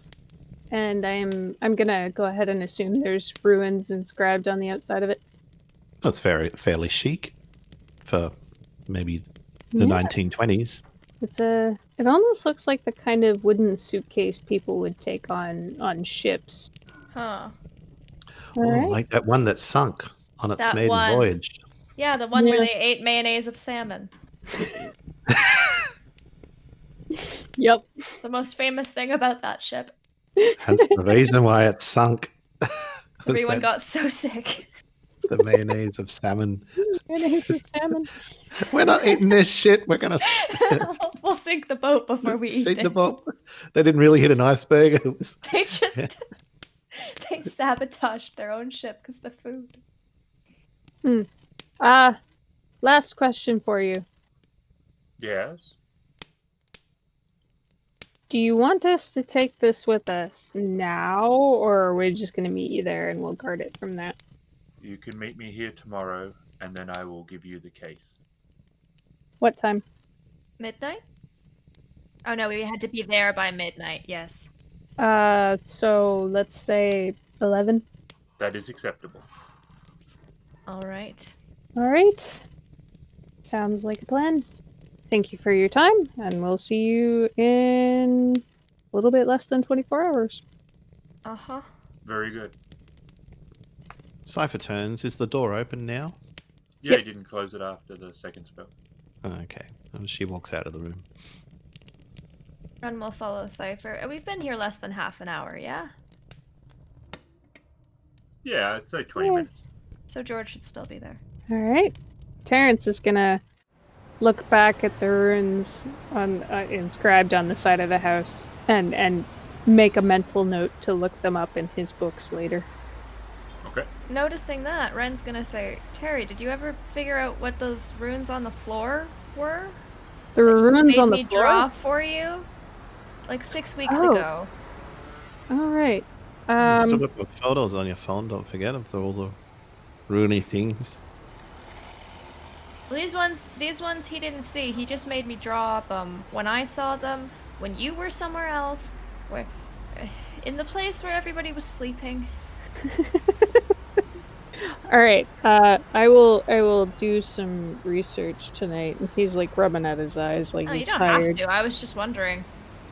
And I'm I'm gonna go ahead and assume there's ruins inscribed on the outside of it.
That's very fairly chic for maybe the
Yeah.
1920s.
Hmm, It's a. It almost looks like the kind of wooden suitcase people would take on on ships.
Huh.
Ooh,
All right.
Like that one that sunk on its
That
maiden
one.
voyage.
Yeah, the one where
Yeah.
they ate mayonnaise of salmon.
Yep.
The most famous thing about that ship.
Hence the reason why it sunk. was
Everyone
that
got so sick.
the mayonnaise of salmon.
And it's a salmon.
We're not eating this shit. We're gonna s-
We'll- we'll sink the boat before we eat
sink the
this.
boat. They didn't really hit an iceberg. It was
They just they sabotaged their own ship because the food.
Ah, last question for you.
Yes.
Do you want us to take this with us now, or are we just gonna meet you there and we'll guard it from that?
You can meet me here tomorrow and then I will give you the case.
What time?
Midnight? Oh no, we had to be there by midnight, yes.
Uh, so let's say eleven.
That is acceptable.
Alright.
All right. Sounds like a plan. Thank you for your time, and we'll see you in a little bit less than 24 hours.
Uh-huh.
Very good.
Cipher turns. Is the door open now?
Yeah, you didn't close it after the second spell.
Okay. And she walks out of the room.
Run will follow Cypher. Uh, We've been here less than half an hour, yeah?
Yeah, I'd say 20
Yeah.
minutes.
So George should still be there.
All right. Terrence is gonna look back at the runes on uh, inscribed on the side of the house and and make a mental note to look them up in his books later.
Okay.
Noticing that, Ren's gonna say, Terry, did you ever figure out what those runes on the floor were?
The
that you
runes
made
on the
me
floor.
draw for you? Like six weeks
Oh.
ago.
All right.
You've still
Um,
got the photos on your phone. Don't forget them. They're all the ruiny things.
Well, these ones, these ones he didn't see. He just made me draw them when I saw them, when you were somewhere else, where, in the place where everybody was sleeping.
All right. Uh, I will. I will do some research tonight. And he's like rubbing at his eyes, like
No,
he's
Oh, you don't
tired.
have to. I was just wondering.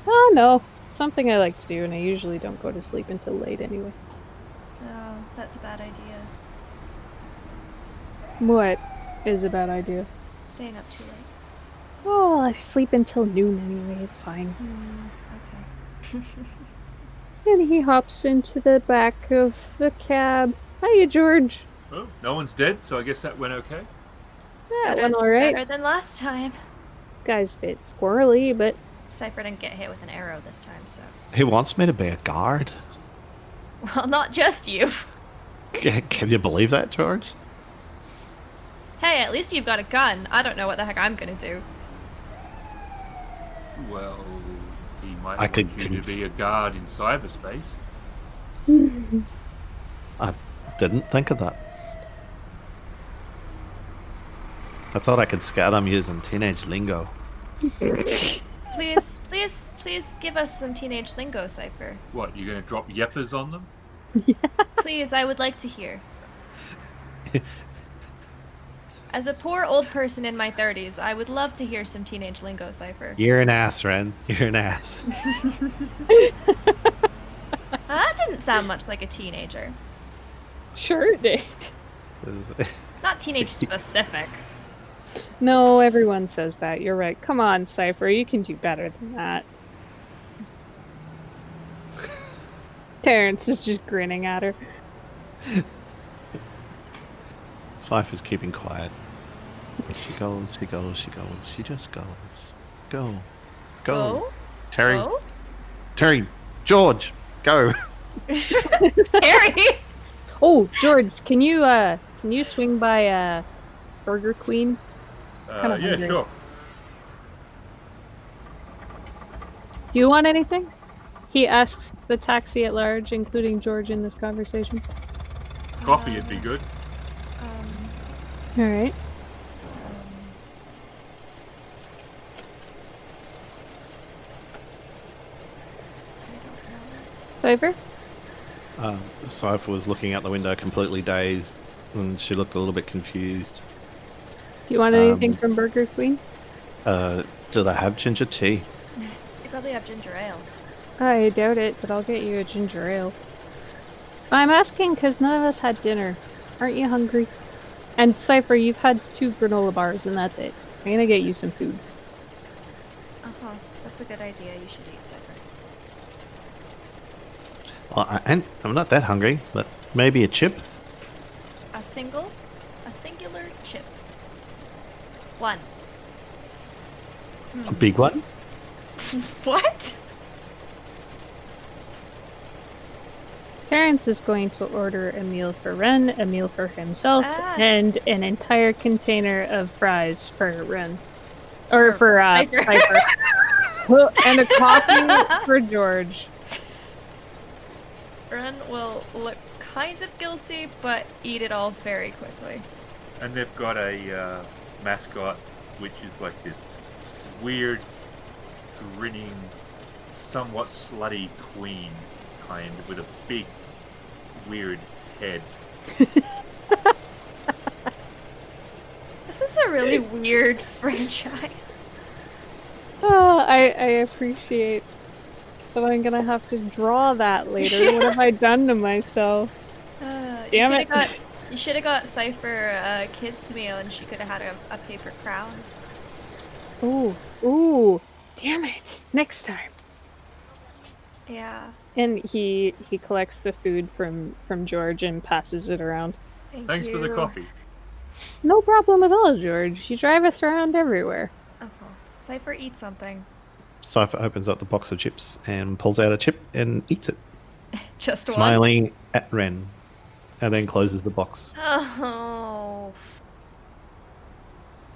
Oh no, something I like to do, and I usually don't go to sleep until late anyway.
No, Oh, that's a bad idea.
What is a bad idea?
Staying up too late.
Oh, I sleep until noon anyway. It's fine.
Hmm, okay.
And he hops into the back of the cab. Hiya, George.
Oh, no one's dead, so I guess that went okay.
That went all right.
Better than last time.
Guy's a bit squirrely, but
Cypher didn't get hit with an arrow this time, so.
He wants me to be a guard.
Well, not just you.
C- Can you believe that, George?
Hey, at least you've got a gun. I don't know what the heck I'm gonna do.
Well, he might
I
want
could
you
conf-
to be a guard in cyberspace.
I didn't think of that. I thought I could scare them using teenage lingo.
Please, please, please give us some teenage lingo, Cypher.
What, you're going to drop yeppers on them?
Please, I would like to hear. As a poor old person in my 30s, I would love to hear some teenage lingo, Cypher.
You're an ass, Ren. You're an ass.
That didn't sound much like a teenager.
sure it did.
Not teenage specific.
No, everyone says that. You're right. Come on, Cypher. You can do better than that. Terrence is just grinning at her.
Cypher's keeping quiet. She goes, she goes, she goes, she just goes. Go. Go.
Go?
Terry.
Go?
Terry. George. Go.
Harry!
Oh, George, can you uh can you swing by uh Burger Queen?
Uh,
Kinda
yeah,
hungry.
sure.
Do you want anything? He asks the taxi at large, including George in this conversation.
Coffee would be good.
All right. Cypher?
Uh, Cypher was looking out the window completely dazed and she looked a little bit confused.
Do you want anything
Um,
from Burger Queen?
Uh, do they have ginger tea?
You probably have ginger ale.
I doubt it, but I'll get you a ginger ale. I'm asking because none of us had dinner. Aren't you hungry? And Cypher, you've had two granola bars and that's it. I'm gonna get you some food.
Uh huh. That's a good idea. You should eat, Cypher.
Well, Oh, I, and I'm not that hungry, but maybe a chip?
A single, a singular chip. One.
A big one?
What?
Terrence is going to order a meal for Ren, a meal for himself,
Ah.
and an entire container of fries for Ren. Or
For
for uh,
Piper.
Piper. and a coffee for George.
Ren will look kind of guilty, but eat it all very quickly.
And they've got a uh, mascot, which is like this weird, grinning, somewhat slutty queen kind with a big, weird head.
This is a really weird franchise.
Oh, I, I appreciate that I'm gonna have to draw that later. what have I done to myself?
Uh,
Damn
you
it.
shoulda Got, you should have got Cypher a kid's meal and she could have had a, a paper crown.
Ooh, ooh, damn it. Next time.
Yeah.
And he he collects the food from from George and passes it around.
Thank
Thanks for the
you.
coffee.
No problem at all, George. You drive us around everywhere.
Uh-huh. Cypher, eat something.
Cypher opens up the box of chips and pulls out a chip and eats it,
Just one.
smiling at Ren, and then closes the box.
Oh.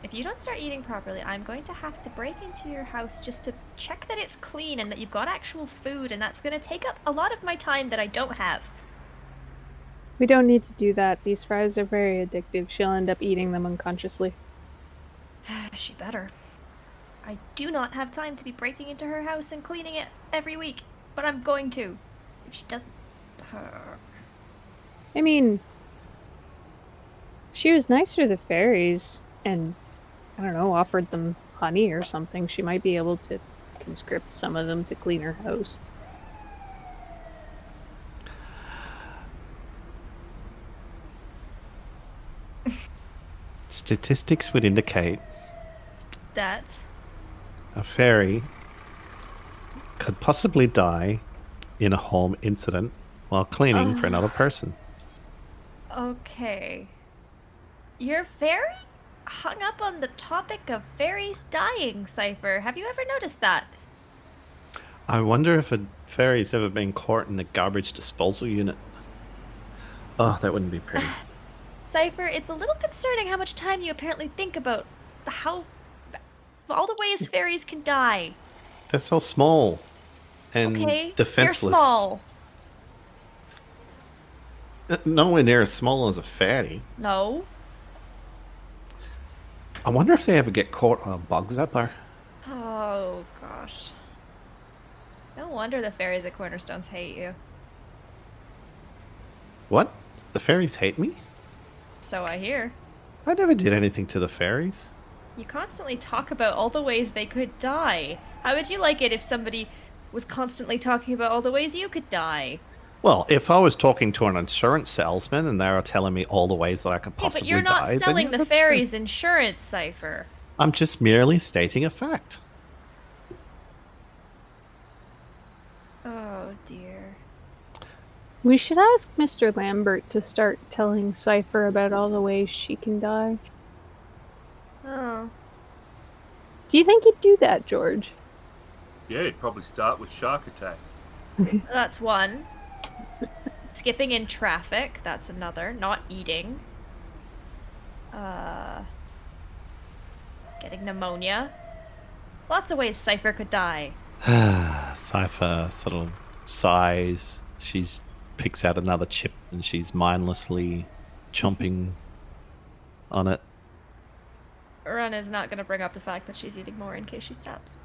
If you don't start eating properly, I'm going to have to break into your house just to check that it's clean and that you've got actual food, and that's going to take up a lot of my time that I don't have.
We don't need to do that. These fries are very addictive. She'll end up eating them unconsciously.
she better. I do not have time to be breaking into her house and cleaning it every week, but I'm going to. If she doesn't. Her.
I mean, she was nice to the fairies and, I don't know, offered them honey or something. She might be able to conscript some of them to clean her house.
Statistics would indicate
That
a fairy could possibly die in a home incident while cleaning for another person.
Okay. You're very hung up on the topic of fairies dying, Cypher. Have you ever noticed that?
I wonder if a fairy's ever been caught in a garbage disposal unit. Oh, that wouldn't be pretty.
Cypher, it's a little concerning how much time you apparently think about how all the ways fairies can die.
They're so small and
Okay?
defenseless.
You're small.
Uh, Nowhere near as small as a fatty.
No.
I wonder if they ever get caught uh, on a bug zapper.
Oh gosh. No wonder the fairies at Cornerstones hate you.
What? The fairies hate me?
So I hear.
I never did anything to the fairies.
You constantly talk about all the ways they could die. How would you like it if somebody was constantly talking about all the ways you could die?
Well, if I was talking to an insurance salesman and they were telling me all the ways that I could
Yeah, but
possibly
you're not
die, then
selling
yeah,
the
that's true.
fairies insurance cipher.
I'm just merely stating a fact.
Oh dear.
We should ask Mr. Lambert to start telling Cypher about all the ways she can die.
Oh.
Do you think he'd do that, George?
Yeah, it'd probably start with shark attack.
That's one. Skipping in traffic, that's another. Not eating. Uh, getting pneumonia. Lots of ways Cypher could die.
Cypher sort of sighs. She's picks out another chip and she's mindlessly chomping on it.
Run is not going to bring up the fact that she's eating more in case she stops.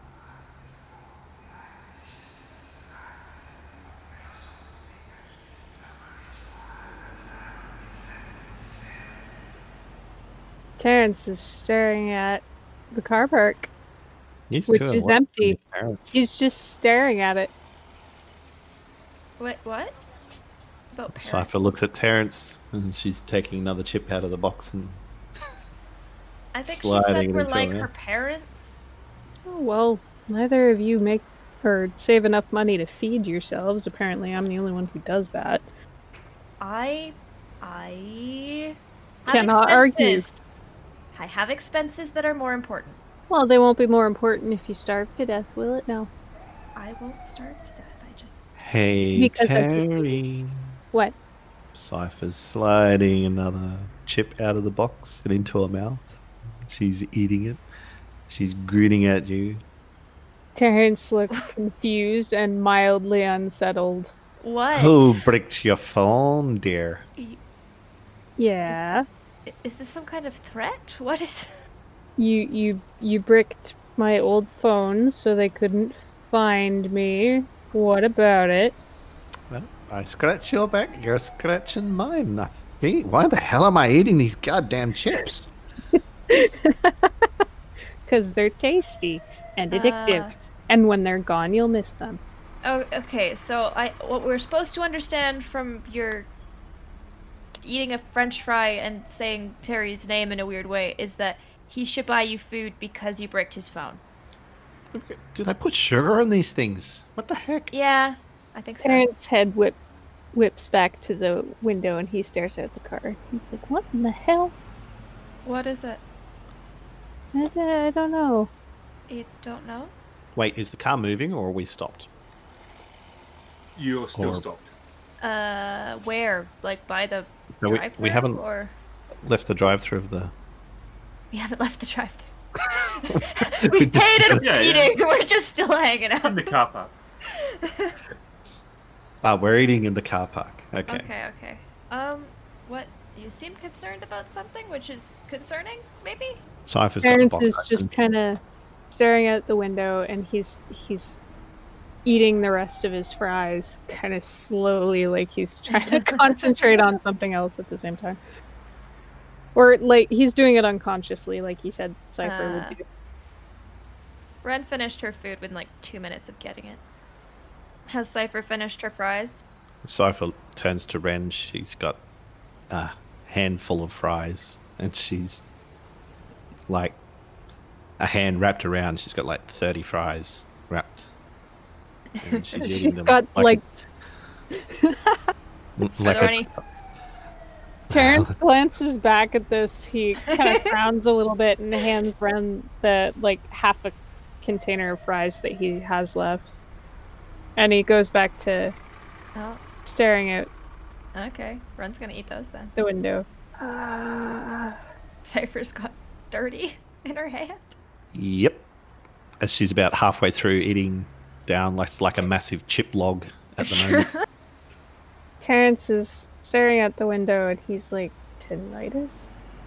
Terrence is staring at the car park.
Used
Which
to it,
is
what?
empty. She's just staring at it.
What? What? About parents.
Cypher looks at Terrence and she's taking another chip out of the box and
I think she said
sliding
we're
into
like
it.
her parents.
Oh, well, neither of you make or save enough money to feed yourselves. Apparently, I'm the only one who does that.
I, I have
Cannot argue.
expenses. I have expenses that are more important.
Well, they won't be more important if you starve to death, will it? No.
I won't starve to death. I just
Hey
Because I think-
Terry.
What?
Cypher's sliding another chip out of the box and into her mouth. She's eating it. She's grinning at you.
Terrence looks confused and mildly unsettled.
what?
Who breaks your phone, dear?
Yeah.
I- Is this some kind of threat? What is?
You you you bricked my old phone so they couldn't find me. What about it?
Well, I scratch your back, you're scratching mine. I think. Why the hell am I eating these goddamn chips?
Cuz they're tasty and addictive.
Ah.
And when they're gone, you'll miss them.
Oh, okay. So I, what we're supposed to understand from your eating a French fry and saying Terry's name in a weird way is that he should buy you food because you bricked his phone.
Did I put sugar in these things? What the heck?
Yeah, I think so.
Terrence's head whip whips back to the window and he stares out the car. He's like, "What in the hell?
What is it?
I, I don't know."
You don't know?
Wait, is the car moving or are we stopped?
You're still
Or-
stopped.
Uh, where? Like by the
No, we- we
drive-thru,
haven't-
or
Left the drive-through of the.
we haven't left the drive-through.
We
we
just-
paid and
Yeah, yeah.
eating. We're just still hanging out.
In the car park.
Ah, we're eating in the car park. Okay.
Okay, okay. Um, what? You seem concerned about something, which is concerning, maybe?
Cypher's got the
Terrence
box.
is just
open.
kind of staring out the window, and he's he's eating the rest of his fries, kind of slowly, like he's trying to concentrate on something else at the same time. Or like he's doing it unconsciously, like he said Cipher
Ah.
would do.
Ren finished her food within like two minutes of getting it. Has Cypher finished her fries?
Cypher turns to Ren. She's got a handful of fries and she's like a hand wrapped around. She's got like 30 fries wrapped. And she's eating
She's
them
got like,
like,
Are
like
there
a,
any?
Terrence glances back at this. He kind of frowns a little bit and hands Bren the like half a container of fries that he has left, and he goes back to
Oh,
staring out
okay. Run's gonna eat those then.
the window. Uh,
Cypher's got dirty in her hand.
Yep. As she's about halfway through eating down like like a massive chip log at the moment.
Terrence is staring out the window and he's like, Tinnitus?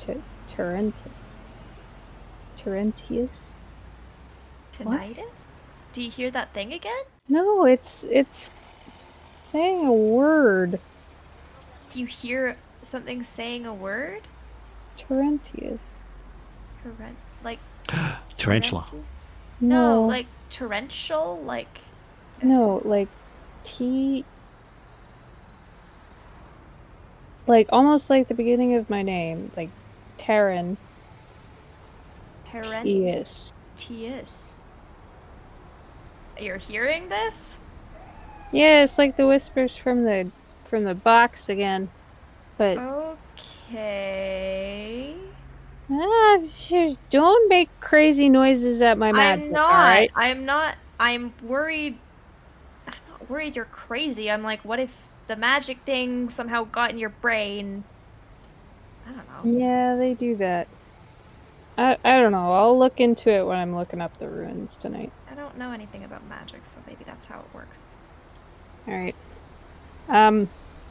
T- Terrentus? Terrentius?
Tinnitus? Do you hear that thing again?
No, it's it's saying a word.
You hear something saying a word?
Terrentius.
Torrent, like
Tarantula.
torrentu- no,
No,
like torrential, like
no, like T. Like almost like the beginning of my name, like Terrentius. E
torrentius. You're hearing this?
Yeah, it's like the whispers from the from the box again, but.
Okay.
Ah, sure. Don't make crazy noises at my magic.
Oh. I'm not.
alright?
I'm not. I'm worried. I'm not worried you're crazy. I'm like, what if the magic thing somehow got in your brain? I don't know.
Yeah, they do that. I I don't know. I'll look into it when I'm looking up the ruins tonight.
I don't know anything about magic, so maybe that's how it works.
All right. Um,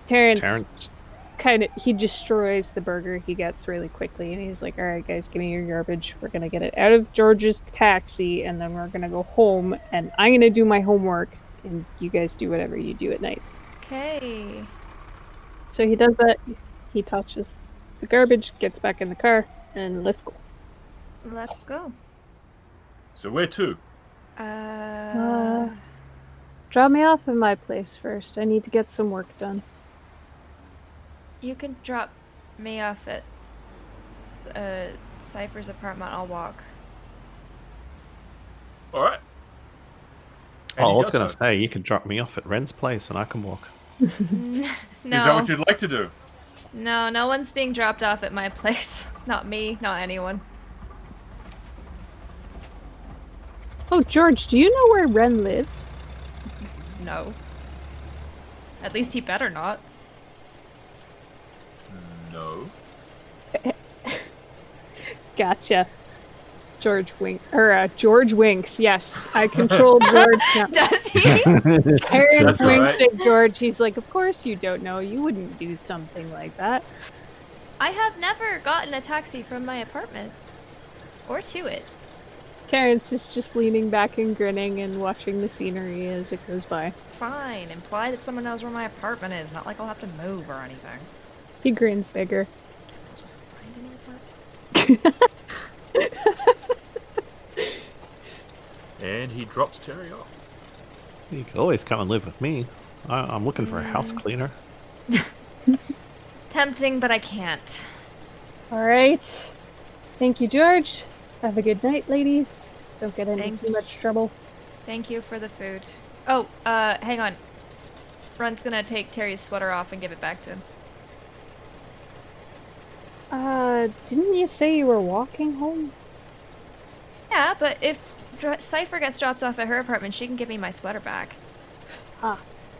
Terrence
Terrence.
kind of he destroys the burger he gets really quickly, and he's like, "All right, guys, give me your garbage. We're gonna get it out of George's taxi, and then we're gonna go home, and I'm gonna do my homework, and you guys do whatever you do at night."
Okay.
So he does that. He touches the garbage, gets back in the car, and let's go.
Let's go.
So where to?
Uh,
Drop me off at my place first. I need to get some work done.
you can drop me off at uh, Cypher's apartment. I'll walk.
All right. And
Oh, I
he
was
does
going to
so.
say, you can drop me off at Ren's place and I can walk.
no.
Is that what you'd like to do?
No, no one's being dropped off at my place. Not me, not anyone.
Oh, George, do you know where Ren lives?
No. At least he better not.
No.
Gotcha. George wink or uh, George winks. Yes, I control George. now.
Does he?
Terrence
That's all
winks
right.
at George. He's like, "Of course you don't know. You wouldn't do something like that."
I have never gotten a taxi from my apartment. Or to it.
Terrence is just leaning back and grinning and watching the scenery as it goes by.
Fine. Imply that someone knows where my apartment is. Not like I'll have to move or anything.
He grins bigger.
Guess I'll just find an apartment.
And he drops Terry off.
You can always come and live with me. I, I'm looking for a house cleaner.
Tempting, but I can't.
All right. Thank you, George. Have a good night, ladies. Don't get into
Thank
too much trouble.
Thank you for the food. Oh, uh, hang on. Run's gonna take Terry's sweater off and give it back to him.
Uh, didn't you say you were walking home?
Yeah, but if Dr- Cypher gets dropped off at her apartment, she can give me my sweater back.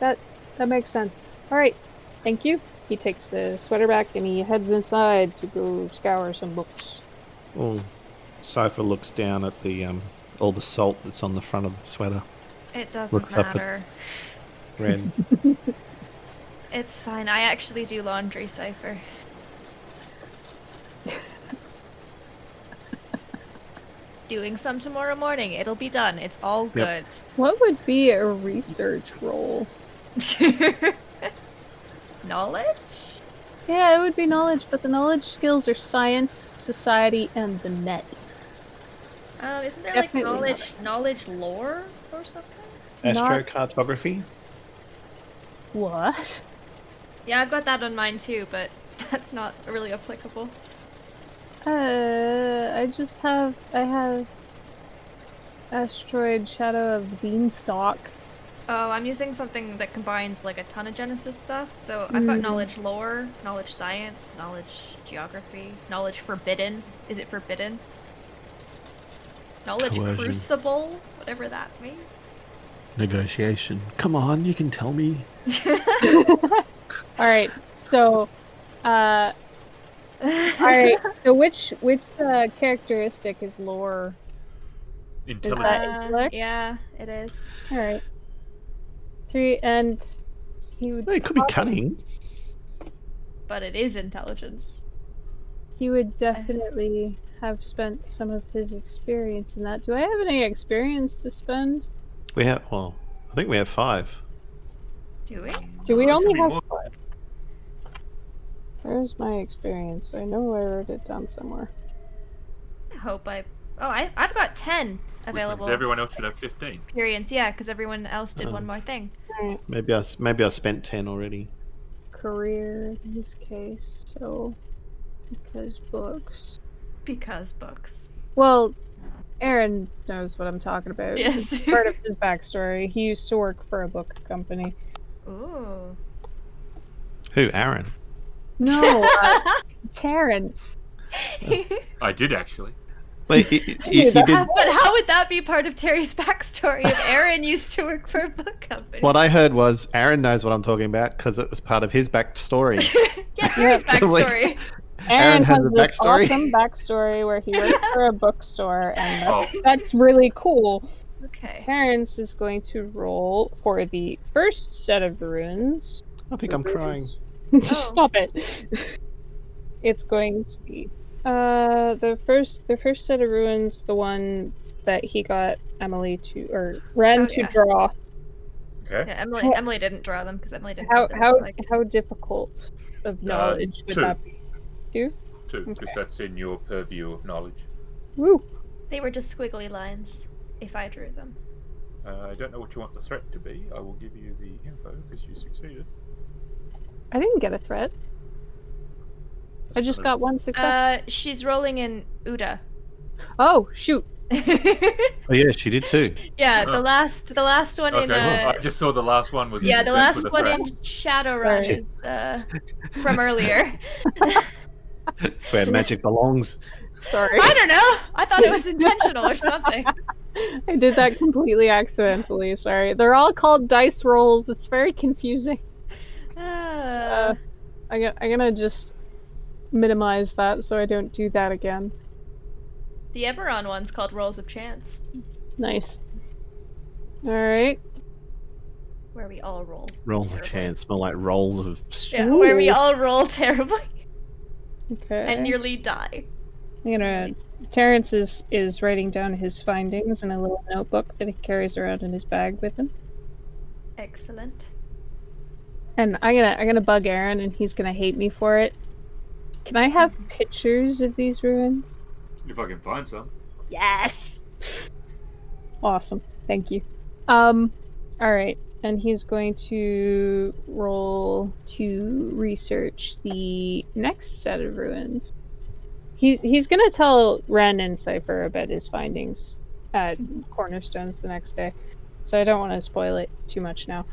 That that makes sense. All right. Thank you. He takes the sweater back and he heads inside to go scour some books.
Oh, Cypher looks down at the um, all the salt that's on the front of the sweater.
It doesn't
Looks up at-
matter.
Ren,
It's fine. I actually do laundry, Cypher. Doing some tomorrow morning. It'll be done. It's all good.
Yep.
What would be a research role?
Knowledge?
Yeah, it would be knowledge, but the knowledge skills are science, society, and the net.
Um, isn't there
Definitely
like knowledge, knowledge lore or something?
Not-
astrocartography.
What?
Yeah, I've got that on mine too, but that's not really applicable.
Uh, I just have I have Asteroid Shadow of Beanstalk.
Oh, I'm using something that combines like a ton of Genesis stuff. So I've got
Mm.
knowledge lore, knowledge science, knowledge geography, knowledge forbidden. Is it forbidden? Knowledge
Coercion.
crucible, whatever that means.
Negotiation. Come on, you can tell me.
All right. So, uh, all right. So which which uh, characteristic is lore?
Intelligence.
that his luck?
Uh, yeah, it is.
All right. Three and he would
It could be cunning.
But it is intelligence.
he would definitely have spent some of his experience in that. Do I have any experience to spend?
We have, well, I think we have five.
Do we?
Do we
There should
only
be
have
more.
five? Where's my experience? I know I wrote it down somewhere.
I hope I. Oh, I, I've got 10
which means
available
Everyone else should have 15.
experience, yeah, because everyone else did one
Oh.
more thing.
All right.
Maybe I, s- maybe I spent ten already.
Career in this case. So because books.
Because books.
Well, Aaron knows what I'm talking about.
Yes.
It's part of his backstory. He used to work for a book company.
Ooh.
Who? Aaron.
No, uh, Terrence.
I did actually.
Wait, he, he- he- he did.
but how would that be part of Terry's backstory if Aaron used to work for a book company?
What I heard was Aaron knows what I'm talking about because it was part of his backstory.
yeah, Terry's
Yeah, wait.
backstory.
Aaron has a
this
backstory?
awesome backstory where he works for a bookstore, and that's,
Oh,
that's really cool.
okay.
Terrence is going to roll for the first set of runes.
I think I'm crying.
Oh.
Stop it. It's going to be uh the first the first set of ruins, the one that he got Emily to or Ren
Oh,
to
yeah.
draw.
okay.
Yeah, Emily,
How-
Emily didn't draw them because Emily didn't.
How
have them,
how
so I-
how difficult
Uh,
of knowledge would
two.
that be?
Two, because
Okay.
that's in your purview of knowledge.
Woo.
They were just squiggly lines. If I drew them.
Uh, I don't know what you want the threat to be. I will give you the info because you succeeded.
I didn't get a threat. I
That's
just
kind
got one success.
Uh, she's rolling in Uda.
oh shoot.
Oh yeah, she did too.
yeah,
Oh.
the last, the last one
of-
in.
Okay,
Uh,
I just saw the last one was.
yeah, the
was
last
with a
one
threat.
in Shadowrun
Sorry.
is uh, from earlier.
It's where magic belongs.
Sorry.
I don't know. I thought it was intentional or something.
I did that completely accidentally, sorry. They're all called dice rolls. It's very confusing.
Uh,
I go- I'm gonna just minimize that so I don't do that again.
the Eberron one's called Rolls of Chance,
Nice. Alright.
where we all roll.
Rolls of
terribly.
chance, more like rolls of. s-
Yeah, where we
Ooh.
all roll terribly
Okay.
and nearly die.
You know, Terrence is, is writing down his findings in a little notebook that he carries around in his bag with him.
Excellent.
And I'm gonna I'm gonna bug Aaron and he's gonna hate me for it. Can I have pictures of these ruins?
If I can find some.
Yes. Awesome. Thank you. Um all right. And he's going to roll to research the next set of ruins. He's he's going to tell Ren and Cipher about his findings at Cornerstones the next day. So I don't want to spoil it too much now.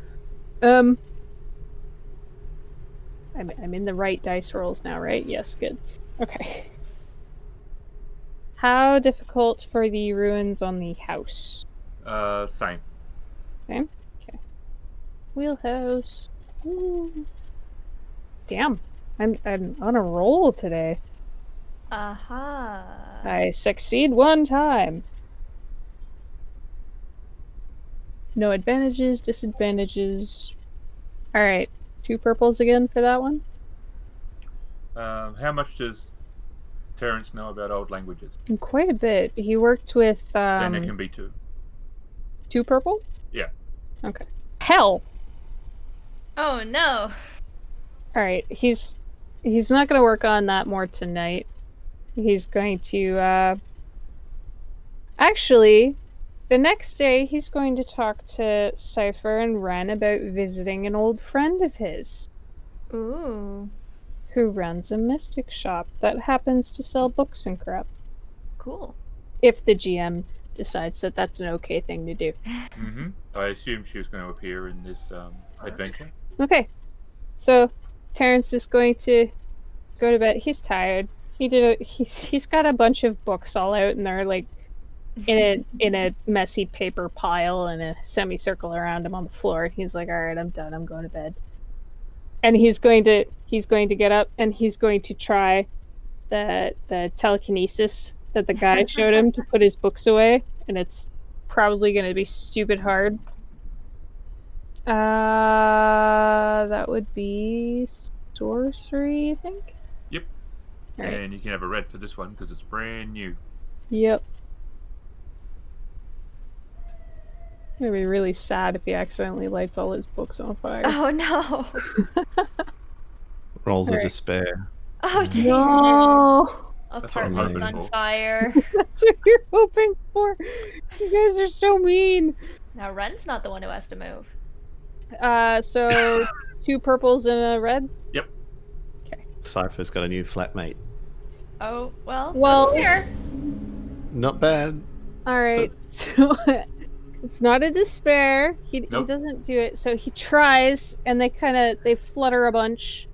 Um I'm I'm in the right dice rolls now, right? Yes, good. Okay. How difficult for the ruins on the house?
Uh, same.
Wheelhouse. Ooh. Damn, I'm I'm on a roll today.
Aha.
I succeed one time. No advantages, disadvantages. All right, two purples again for that one.
Um, how much does Terence know about old languages?
And quite a bit. He worked with um,
then it can be two.
two purple.
Yeah.
Okay. Hell.
Oh no.
All right, he's he's not going to work on that more tonight. He's going to uh Actually, the next day he's going to talk to Cypher and Ren about visiting an old friend of his
Ooh,
who runs a mystic shop that happens to sell books and crap
cool.
if the GM decides that that's an okay thing to do.
hmm I assumed she was going to appear in this um, adventure.
Okay. So Terrence is going to go to bed. He's tired. He did a, he's he's got a bunch of books all out and they're like in a in a messy paper pile in a semicircle around him on the floor and he's like, Alright, I'm done, I'm going to bed. And he's going to he's going to get up and he's going to try the the telekinesis that the guy showed him to put his books away and it's probably gonna be stupid hard. Uh that would be sorcery, I think.
Yep.
Alright.
And you can have a red for this one because it's brand new.
Yep. It'd be really sad if he accidentally lights all his books on fire.
Oh no.
Rolls of
Alright.
despair.
Oh dear.
no!
That's what I'm hoping
Apartment's on
for.
fire.
That's what you're hoping for. You guys are so mean.
now Ren's not the one who has to move.
Uh, so two purples and a red.
Cypher's got a new flatmate.
Oh well.
Well-
that's fair.
Not bad.
All right. So it's not a despair. He,
Nope.
he doesn't do it. So he tries, and they kind of they flutter a bunch,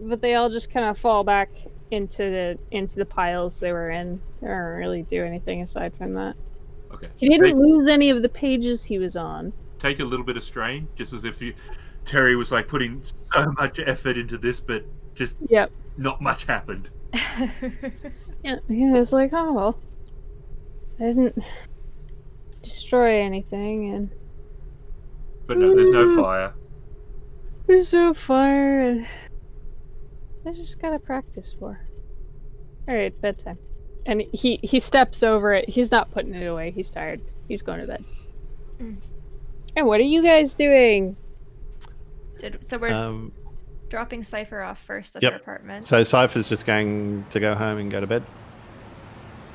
but they all just kind of fall back into the into the piles they were in. They don't really do anything aside from that.
Okay.
He didn't
Take-
lose any of the pages he was on.
take a little bit of strain, just as if you Terry was like putting so much effort into this, but just
Yep.
not much happened.
Yeah, he was like, oh well, I didn't destroy anything, and
But no, there's
Mm.
no fire.
there's no fire, and I just gotta practice more. All right, bedtime. And he he steps over it. He's not putting it away. He's tired. He's going to bed.
Mm.
And what are you guys doing?
Did, so we're
Uh,
Um,
dropping Cypher off first at
Yep.
her apartment.
so Cypher's just going to go home and go to bed.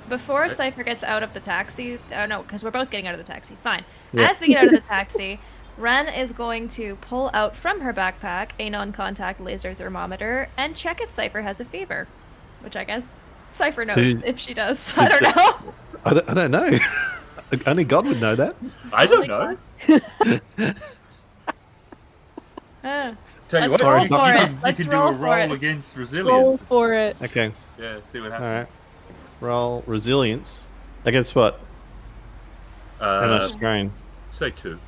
Before
Okay.
Cypher gets out of the taxi, oh no, because we're both getting out of the taxi. Fine.
Yeah.
As we get out of the taxi, Ren is going to pull out from her backpack a non contact laser thermometer and check if Cypher has a fever, which I guess Cypher knows
Who-
if she does. I
Who-
don't know.
I don't, I don't know. Only God would know that.
I
Oh my
don't know.
Uh,
Tell you
Let's
what,
roll
you,
for
can-
it.
you can
Let's
do
roll
a
for
roll
it.
against
Roll
resilience.
for it.
Okay.
Yeah, see what
All
happens.
right. Roll resilience against what? An
Uh,
Australian.
say two.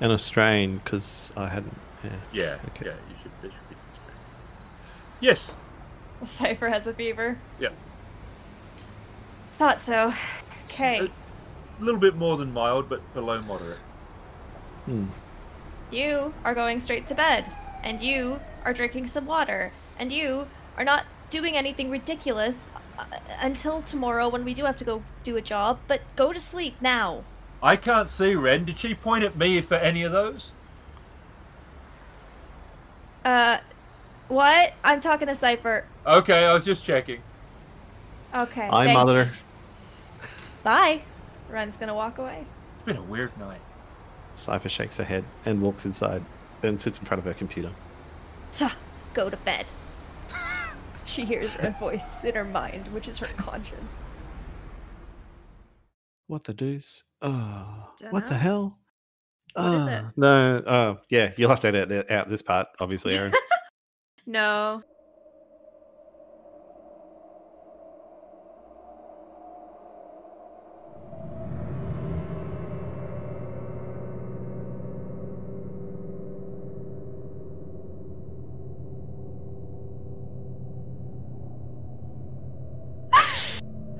An Australian, because I hadn't. Yeah.
Yeah,
Okay.
yeah, you should. There should be some space. Yes.
Cypher has a fever.
Yep.
Thought so. Okay.
A little bit more than mild, but below moderate.
Hmm.
You are going straight to bed, and you are drinking some water, and you are not doing anything ridiculous uh, until tomorrow when we do have to go do a job, but go to sleep now.
I can't see Ren. Did she point at me for any of those?
Uh, what? I'm talking to Cypher.
Okay, I was just checking.
Okay.
Aye, mother.
Bye. Ren's gonna walk away.
It's been a weird night.
Cypher shakes her head and walks inside and sits in front of her computer.
Tsa, Go to bed. she hears a voice in her mind, which is her conscience.
What the deuce? Oh, what
Dunno.
the hell?
What is it?
Ah, No, oh, yeah, you'll have to edit th- out this part, obviously, Aaron.
No.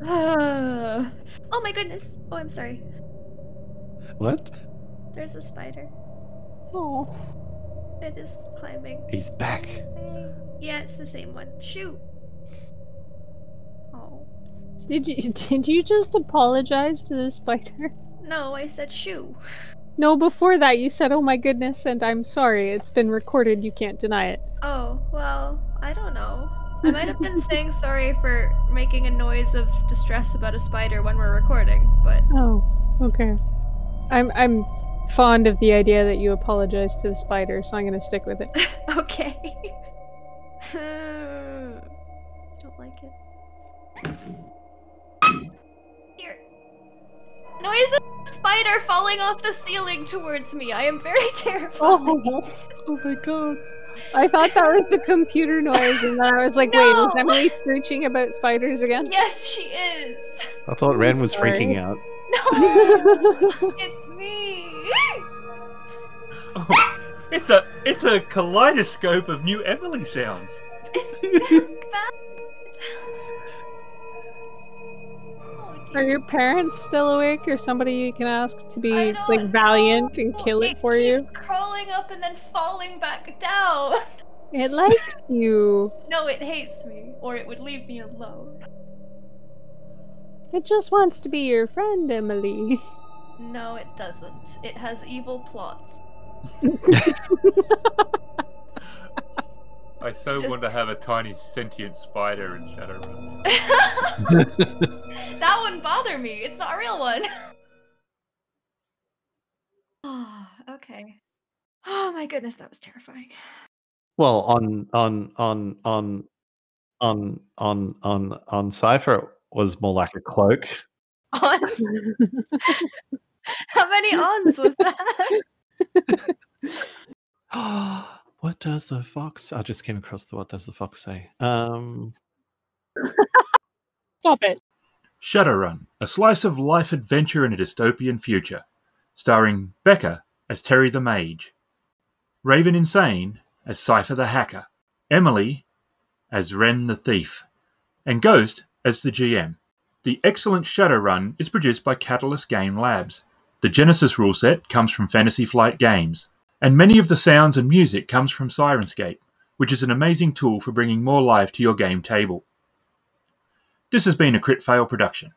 oh my goodness. Oh, I'm sorry.
what?
There's a spider.
Oh,
It is climbing.
He's back.
Yeah, it's the same one. Shoot. Oh.
did you did you just apologize to the spider?
No, I said shoo.
No, before that you said, "Oh my goodness," and I'm sorry. It's been recorded. You can't deny it.
Oh, well, I don't know. I might have been saying sorry for making a noise of distress about a spider when we're recording, but
Oh, okay. I'm I'm fond of the idea that you apologize to the spider, so I'm gonna stick with it.
okay. don't like it. Here. noise of a spider falling off the ceiling towards me. I am very terrified.
Oh,
Oh my god.
I thought that was the computer noise, and then I was like,
No.
wait, is Emily screeching about spiders again?
Yes, she is.
I thought Ren was
Sorry.
freaking out.
No, it's me.
It's a it's a kaleidoscope of new Emily sounds.
Oh,
Are
dear.
your parents still awake, or somebody you can ask to be
I don't
like valiant and
know.
kill it for
keeps
you?
Crawling up and then falling back down.
It likes you.
No, it hates me, or it would leave me alone.
It just wants to be your friend, Emily.
No, it doesn't. It has evil plots.
I so
Just-
want to have a tiny sentient spider in Shadowrun.
that wouldn't bother me. It's not a real one. Ah, okay. Oh my goodness, that was terrifying.
Well, on on on on on on on on Cipher it was more like a cloak.
On. How many ons was that?
what does the fox? I just came across the what does the fox say? Um,
Stop it.
Shadowrun, a slice of life adventure in a dystopian future, starring Becca as Terry the Mage, Raven Insane as Cypher the Hacker, Emily as Ren the Thief, and Ghost as the GM. The excellent Shadowrun is produced by Catalyst Game Labs. The Genesis rule set comes from Fantasy Flight Games, and many of the sounds and music comes from Sirenscape, which is an amazing tool for bringing more life to your game table. This has been a Crit Fail production.